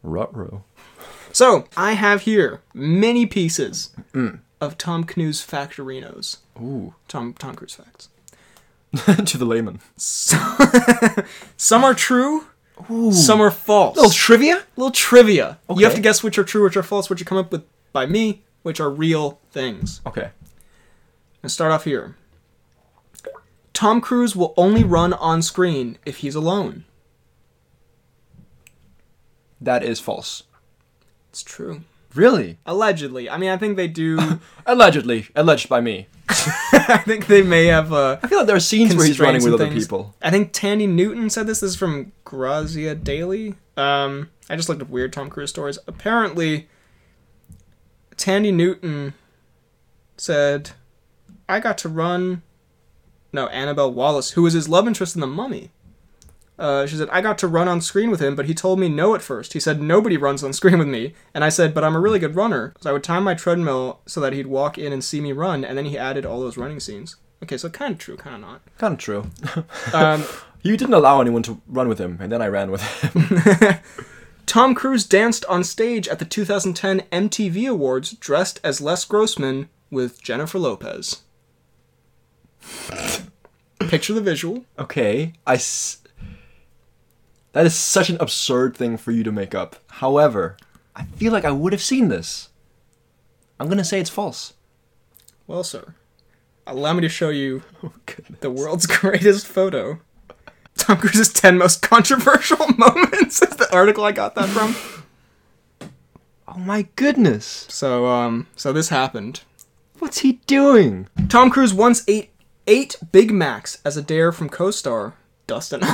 [SPEAKER 1] Ruh-roh.
[SPEAKER 2] So, I have here many pieces
[SPEAKER 1] Hmm.
[SPEAKER 2] of Tom Canoes Factorinos.
[SPEAKER 1] Ooh.
[SPEAKER 2] Tom, Tom Cruise facts.
[SPEAKER 1] to the layman.
[SPEAKER 2] Some are true, some are false.
[SPEAKER 1] Oh, trivia?
[SPEAKER 2] little trivia. You have
[SPEAKER 1] Okay.
[SPEAKER 2] to guess which are true, which are false, which are come up with by me, which are real things.
[SPEAKER 1] Okay.
[SPEAKER 2] Let's start off here. Tom Cruise will only run on screen if he's alone.
[SPEAKER 1] That is false.
[SPEAKER 2] It's true.
[SPEAKER 1] Really?
[SPEAKER 2] Allegedly. I mean, I think they do.
[SPEAKER 1] Allegedly. Alleged by me.
[SPEAKER 2] I think they may have. Uh,
[SPEAKER 1] I feel like there are scenes where he's running
[SPEAKER 2] constraints
[SPEAKER 1] with
[SPEAKER 2] and
[SPEAKER 1] other
[SPEAKER 2] things.
[SPEAKER 1] people.
[SPEAKER 2] I think Tandy Newton said this. This is from Grazia Daily. Um, I just looked up weird Tom Cruise stories. Apparently, Tandy Newton said, "I got to run." No, Annabelle Wallace, who was his love interest in The Mummy. Uh, she said, I got to run on screen with him, but he told me no at first. He said, Nobody runs on screen with me. And I said, But I'm a really good runner. So I would time my treadmill so that he'd walk in and see me run. And then he added all those running scenes. Okay, so kind of true, kind of not.
[SPEAKER 1] Kind of true.
[SPEAKER 2] Um,
[SPEAKER 1] You didn't allow anyone to run with him, and then I ran with him.
[SPEAKER 2] Tom Cruise danced on stage at the 2010 MTV Awards dressed as Les Grossman with Jennifer Lopez. Picture the visual.
[SPEAKER 1] okay. I. S- that is such an absurd thing for you to make up. However, I feel like I would have seen this. I'm gonna say it's false.
[SPEAKER 2] Well, sir, allow me to show you
[SPEAKER 1] Oh, goodness.
[SPEAKER 2] the world's greatest photo. Tom Cruise's 10 most controversial moments is the article I got that from.
[SPEAKER 1] Oh my goodness.
[SPEAKER 2] So, um, so this happened.
[SPEAKER 1] What's he doing?
[SPEAKER 2] Tom Cruise once ate eight Big Macs as a dare from co-star Dustin.
[SPEAKER 1] Come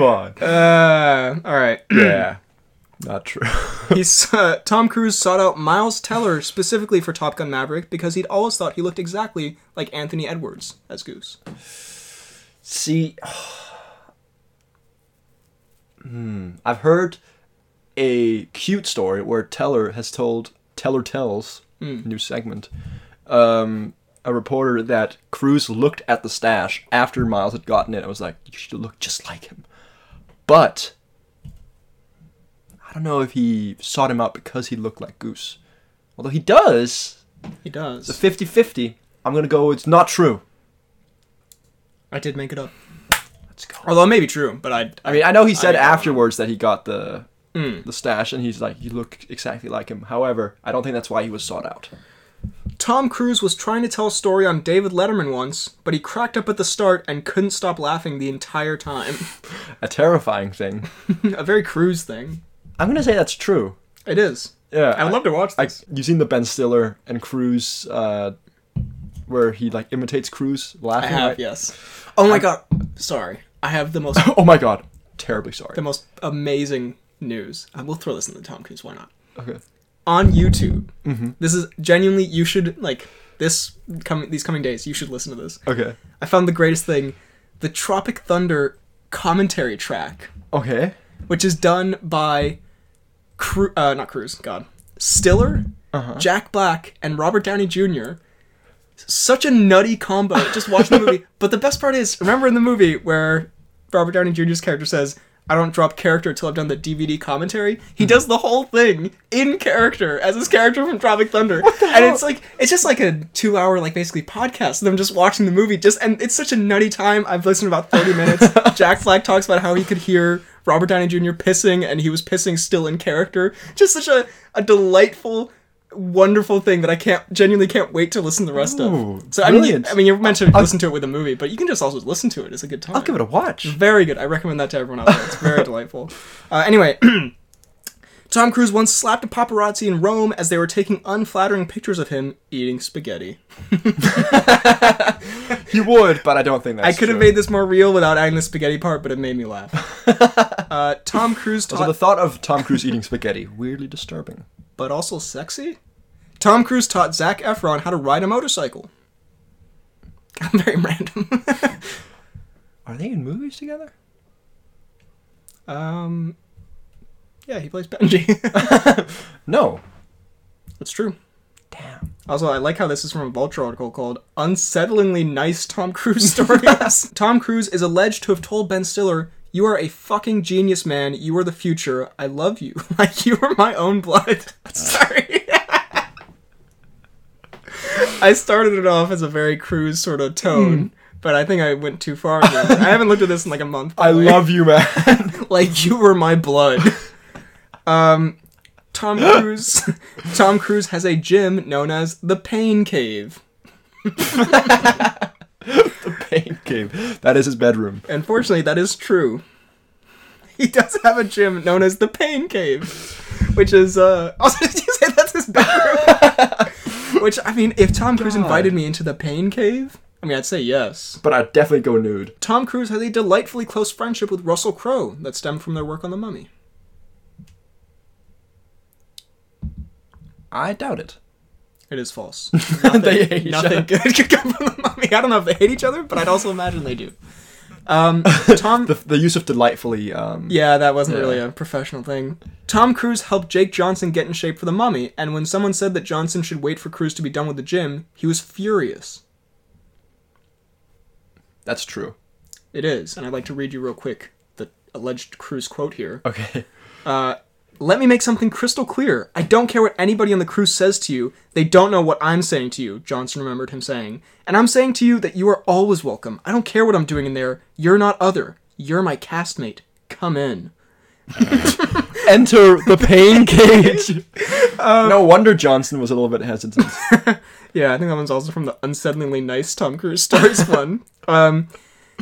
[SPEAKER 1] on.
[SPEAKER 2] uh, all right.
[SPEAKER 1] yeah. Not true.
[SPEAKER 2] He's, uh, Tom Cruise sought out Miles Teller specifically for Top Gun Maverick because he'd always thought he looked exactly like Anthony Edwards as Goose.
[SPEAKER 1] See, hmm. I've heard a cute story where Teller has told Teller tells new segment. Um, a reporter that Cruz looked at the stash after Miles had gotten it and was like, "You should look just like him," but I don't know if he sought him out because he looked like Goose. Although he does,
[SPEAKER 2] He does.
[SPEAKER 1] 50 50. I'm gonna go, it's not true.
[SPEAKER 2] I did make it up.
[SPEAKER 1] Let's go.
[SPEAKER 2] Although it may be true, but I.
[SPEAKER 1] I mean, I know he said
[SPEAKER 2] I- Hmm.
[SPEAKER 1] afterwards that he got the the stash, and he's like, you look exactly like him. However, I don't think that's why he was sought out.
[SPEAKER 2] Tom Cruise was trying to tell a story on David Letterman once, but he cracked up at the start and couldn't stop laughing the entire time.
[SPEAKER 1] A terrifying thing.
[SPEAKER 2] a very Cruise thing.
[SPEAKER 1] I'm gonna say that's true.
[SPEAKER 2] It is.
[SPEAKER 1] Yeah,
[SPEAKER 2] I would love to watch
[SPEAKER 1] I,
[SPEAKER 2] this.
[SPEAKER 1] you seen the Ben Stiller and Cruise, uh, where he like imitates Cruise laughing? right?
[SPEAKER 2] yes. Oh my god. Sorry. I have the most
[SPEAKER 1] Oh my god, terribly sorry.
[SPEAKER 2] the most amazing news. I will throw this in the Tom Cruise. Why not?
[SPEAKER 1] Okay.
[SPEAKER 2] On YouTube. This is genuinely. You should like this coming these coming days. You should listen to this.
[SPEAKER 1] Okay.
[SPEAKER 2] I found the greatest thing, the Tropic Thunder commentary track,
[SPEAKER 1] Okay.
[SPEAKER 2] which is done by, Cru- uh, not Cruise. God, Stiller, Jack Black, and Robert Downey Jr. Such a nutty combo. Just watch the movie. But the best part is, remember in the movie where Robert Downey Jr.'s character says, "I don't drop character until I've done the DVD commentary." He does the whole thing in character as his character from Tropic Thunder, and it's like it's just like a two-hour, like basically podcast. Them just watching the movie, just and it's such a nutty time. I've listened to about thirty minutes. Jack Black talks about how he could hear Robert Downey Jr. pissing, and he was pissing still in character. Just such a a delightful. Wonderful thing that I can't genuinely can't wait to listen to the rest
[SPEAKER 1] Ooh,
[SPEAKER 2] of. So I mean,
[SPEAKER 1] brilliant.
[SPEAKER 2] I mean, you're meant to listen to it with a movie, but you can just also listen to it. It's a good time.
[SPEAKER 1] I'll give it a watch.
[SPEAKER 2] Very good. I recommend that to everyone out there. It's very delightful. Uh, anyway, Tom Cruise once slapped a paparazzi in Rome as they were taking unflattering pictures of him eating spaghetti.
[SPEAKER 1] He would, but I don't think that's
[SPEAKER 2] I could have
[SPEAKER 1] true.
[SPEAKER 2] made this more real without adding the spaghetti part, but it made me laugh. uh, Tom Cruise
[SPEAKER 1] So the
[SPEAKER 2] taught,
[SPEAKER 1] thought of Tom Cruise eating spaghetti weirdly disturbing.
[SPEAKER 2] but also sexy. Tom Cruise taught Zach Efron how to ride a motorcycle. very random.
[SPEAKER 1] Are they in movies together?
[SPEAKER 2] um, yeah, he plays Benji.
[SPEAKER 1] No.
[SPEAKER 2] That's true.
[SPEAKER 1] Damn.
[SPEAKER 2] Also, I like how this is from a Vulture article called Unsettlingly Nice Tom Cruise Stories. Tom Cruise is alleged to have told Ben Stiller, You are a fucking genius, man. You are the future. I love you. Like, you are my own blood.
[SPEAKER 1] Ah.
[SPEAKER 2] Sorry. I started it off as a very Cruise sort of
[SPEAKER 1] Hmm.
[SPEAKER 2] tone, but I think I went too far. Again. I haven't looked at this in like a month.
[SPEAKER 1] I
[SPEAKER 2] probably.
[SPEAKER 1] love you, man.
[SPEAKER 2] like you were my blood. um, Tom Cruise. Tom Cruise has a gym known as the Pain Cave.
[SPEAKER 1] Pain cave. That is his bedroom.
[SPEAKER 2] Unfortunately, that is true. He does have a gym known as the Pain Cave, which is uh. Also, did you say that's his bedroom? which I mean, if Tom Cruise
[SPEAKER 1] God.
[SPEAKER 2] invited me into the Pain Cave, I mean, I'd say yes.
[SPEAKER 1] But I'd definitely go nude.
[SPEAKER 2] Tom Cruise has a delightfully close friendship with Russell Crowe that stemmed from their work on The Mummy.
[SPEAKER 1] I doubt it.
[SPEAKER 2] It is false.
[SPEAKER 1] they hate each
[SPEAKER 2] nothing
[SPEAKER 1] other.
[SPEAKER 2] good could come from the mummy. I don't know if they hate each other, but I'd also imagine they do. Um, Tom.
[SPEAKER 1] The, the use of delightfully. Um,
[SPEAKER 2] yeah, that wasn't
[SPEAKER 1] Yeah.
[SPEAKER 2] really a professional thing. Tom Cruise helped Jake Johnson get in shape for the mummy, and when someone said that Johnson should wait for Cruise to be done with the gym, he was furious.
[SPEAKER 1] That's true.
[SPEAKER 2] It is, and I'd like to read you real quick the alleged Cruise quote here.
[SPEAKER 1] Okay.
[SPEAKER 2] Let me make something crystal clear. I don't care what anybody on the cruise says to you. They don't know what I'm saying to you, Johnson remembered him saying. And I'm saying to you that you are always welcome. I don't care what I'm doing in there. You're not other. You're my castmate. Come in.
[SPEAKER 1] Enter the pain cage. no wonder Johnson was a little bit hesitant.
[SPEAKER 2] Yeah, I think that one's also from the unsettlingly nice Tom Cruise stories one. Um,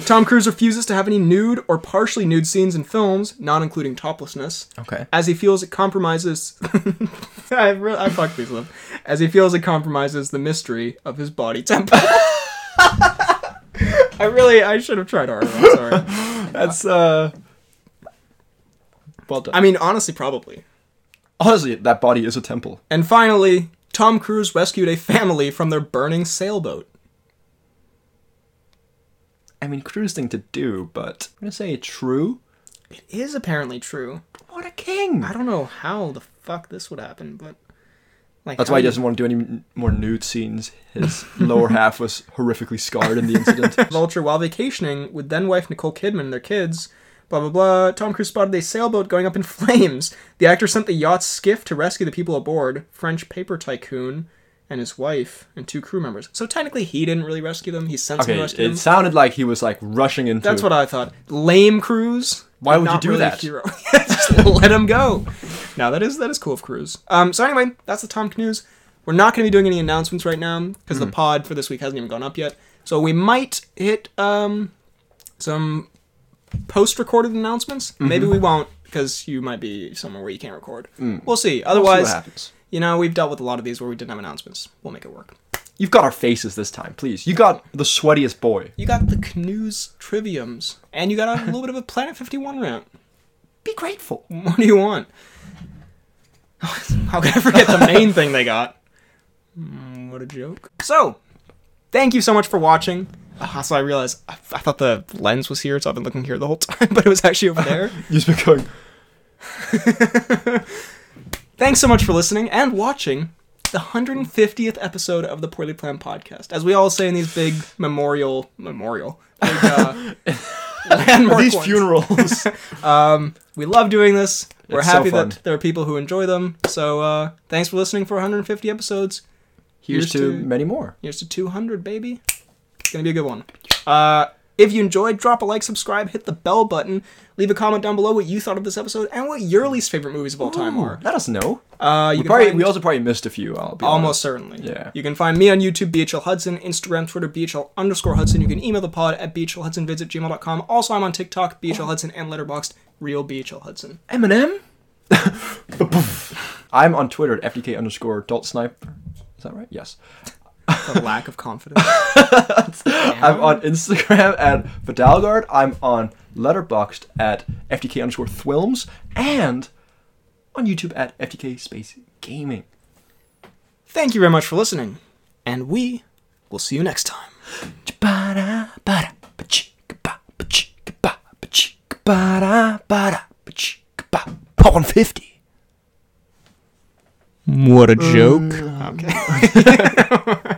[SPEAKER 2] Tom Cruise refuses to have any nude or partially nude scenes in films, not including toplessness.
[SPEAKER 1] Okay.
[SPEAKER 2] As he feels it compromises. I, re- I fucked these up. As he feels it compromises the mystery of his body temple. I really, I should have tried harder. I'm sorry.
[SPEAKER 1] That's uh. Well done.
[SPEAKER 2] I mean, honestly, probably.
[SPEAKER 1] honestly, that body is a temple.
[SPEAKER 2] And finally, Tom Cruise rescued a family from their burning sailboat.
[SPEAKER 1] I mean, cruise thing to do, but I'm gonna say true.
[SPEAKER 2] It is apparently true.
[SPEAKER 1] What a king!
[SPEAKER 2] I don't know how the fuck this would happen, but like
[SPEAKER 1] That's
[SPEAKER 2] how
[SPEAKER 1] why he
[SPEAKER 2] do you-
[SPEAKER 1] doesn't want to do any n- more nude scenes. His lower half was horrifically scarred in the incident.
[SPEAKER 2] Vulture while vacationing with then wife Nicole Kidman and their kids. Blah blah blah. Tom Cruise spotted a sailboat going up in flames. The actor sent the yacht's skiff to rescue the people aboard. French paper tycoon and his wife and two crew members. So technically, he didn't really rescue them. He sent someone
[SPEAKER 1] Okay,
[SPEAKER 2] to rescue
[SPEAKER 1] it
[SPEAKER 2] them.
[SPEAKER 1] sounded like he was like rushing into.
[SPEAKER 2] That's what I thought. Lame Cruz.
[SPEAKER 1] Why
[SPEAKER 2] but
[SPEAKER 1] would you
[SPEAKER 2] not
[SPEAKER 1] do
[SPEAKER 2] really a
[SPEAKER 1] that?
[SPEAKER 2] Hero. Just let him go. Now that is that is cool of Cruz. Um. So anyway, that's the Tom news. We're not going to be doing any announcements right now because
[SPEAKER 1] Hmm.
[SPEAKER 2] the pod for this week hasn't even gone up yet. So we might hit um some post-recorded announcements.
[SPEAKER 1] Mm-hmm.
[SPEAKER 2] Maybe we won't because you might be somewhere where you can't record. We'll see.
[SPEAKER 1] Otherwise,
[SPEAKER 2] Otherwise,
[SPEAKER 1] Hmm. what happens.
[SPEAKER 2] you know, we've dealt with a lot of these where we didn't have announcements. We'll make it work.
[SPEAKER 1] You've got our faces this time, please. You got the sweatiest boy.
[SPEAKER 2] You got the canoes triviums, and you got a little bit of a Planet 51 rant.
[SPEAKER 1] Be grateful.
[SPEAKER 2] What do you want? How can I forget the main thing they got? Mm, what a joke. So, thank you so much for watching. Ah, so I realized I, I thought the lens was here, so I've been looking here the whole time, but it was actually over there.
[SPEAKER 1] You've been going.
[SPEAKER 2] Thanks so much for listening and watching the 150th episode of the Poorly Planned Podcast. As we all say in these big memorial, memorial, big, uh, landmark
[SPEAKER 1] These
[SPEAKER 2] ones.
[SPEAKER 1] funerals.
[SPEAKER 2] We love doing this. We're
[SPEAKER 1] It's so
[SPEAKER 2] happy
[SPEAKER 1] fun.
[SPEAKER 2] that there are people who enjoy them. So uh, thanks for listening for 150 episodes.
[SPEAKER 1] Here's
[SPEAKER 2] Here's
[SPEAKER 1] to
[SPEAKER 2] to-
[SPEAKER 1] many more.
[SPEAKER 2] Here's to 200, baby. It's gonna be a good one. Uh, if you enjoyed, drop a like, subscribe, hit the bell button, leave a comment down below what you thought of this episode and what your least favorite movies of all time are.
[SPEAKER 1] Let us know.
[SPEAKER 2] Uh, you
[SPEAKER 1] we
[SPEAKER 2] can
[SPEAKER 1] probably
[SPEAKER 2] find-
[SPEAKER 1] we also probably missed a few. I'll be
[SPEAKER 2] Almost certainly.
[SPEAKER 1] Yeah.
[SPEAKER 2] You can find me on YouTube, BHL Hudson, Instagram, Twitter, BHL underscore Hudson. You can email the pod at BHLHudsonvids at gmail.com. Also, I'm on TikTok, BHL Hudson, and Letterboxd, real BHL Hudson.
[SPEAKER 1] honest. Eminem. I'm on Twitter at fdk underscore adult sniper. Is that right? Yes.
[SPEAKER 2] The lack of confidence.
[SPEAKER 1] I'm on Instagram at Vidalgard. I'm on Letterboxd at FTK underscore Thwilms and on YouTube at FTK Space Gaming.
[SPEAKER 2] Thank you very much for listening, and we will see you next time.
[SPEAKER 1] Ba-da, ba-da, ba-chicka, ba, ba-chicka, ba, ba-chicka, ba-da, ba-da, ba-chicka, ba. Porn 50.
[SPEAKER 2] What a joke. Okay.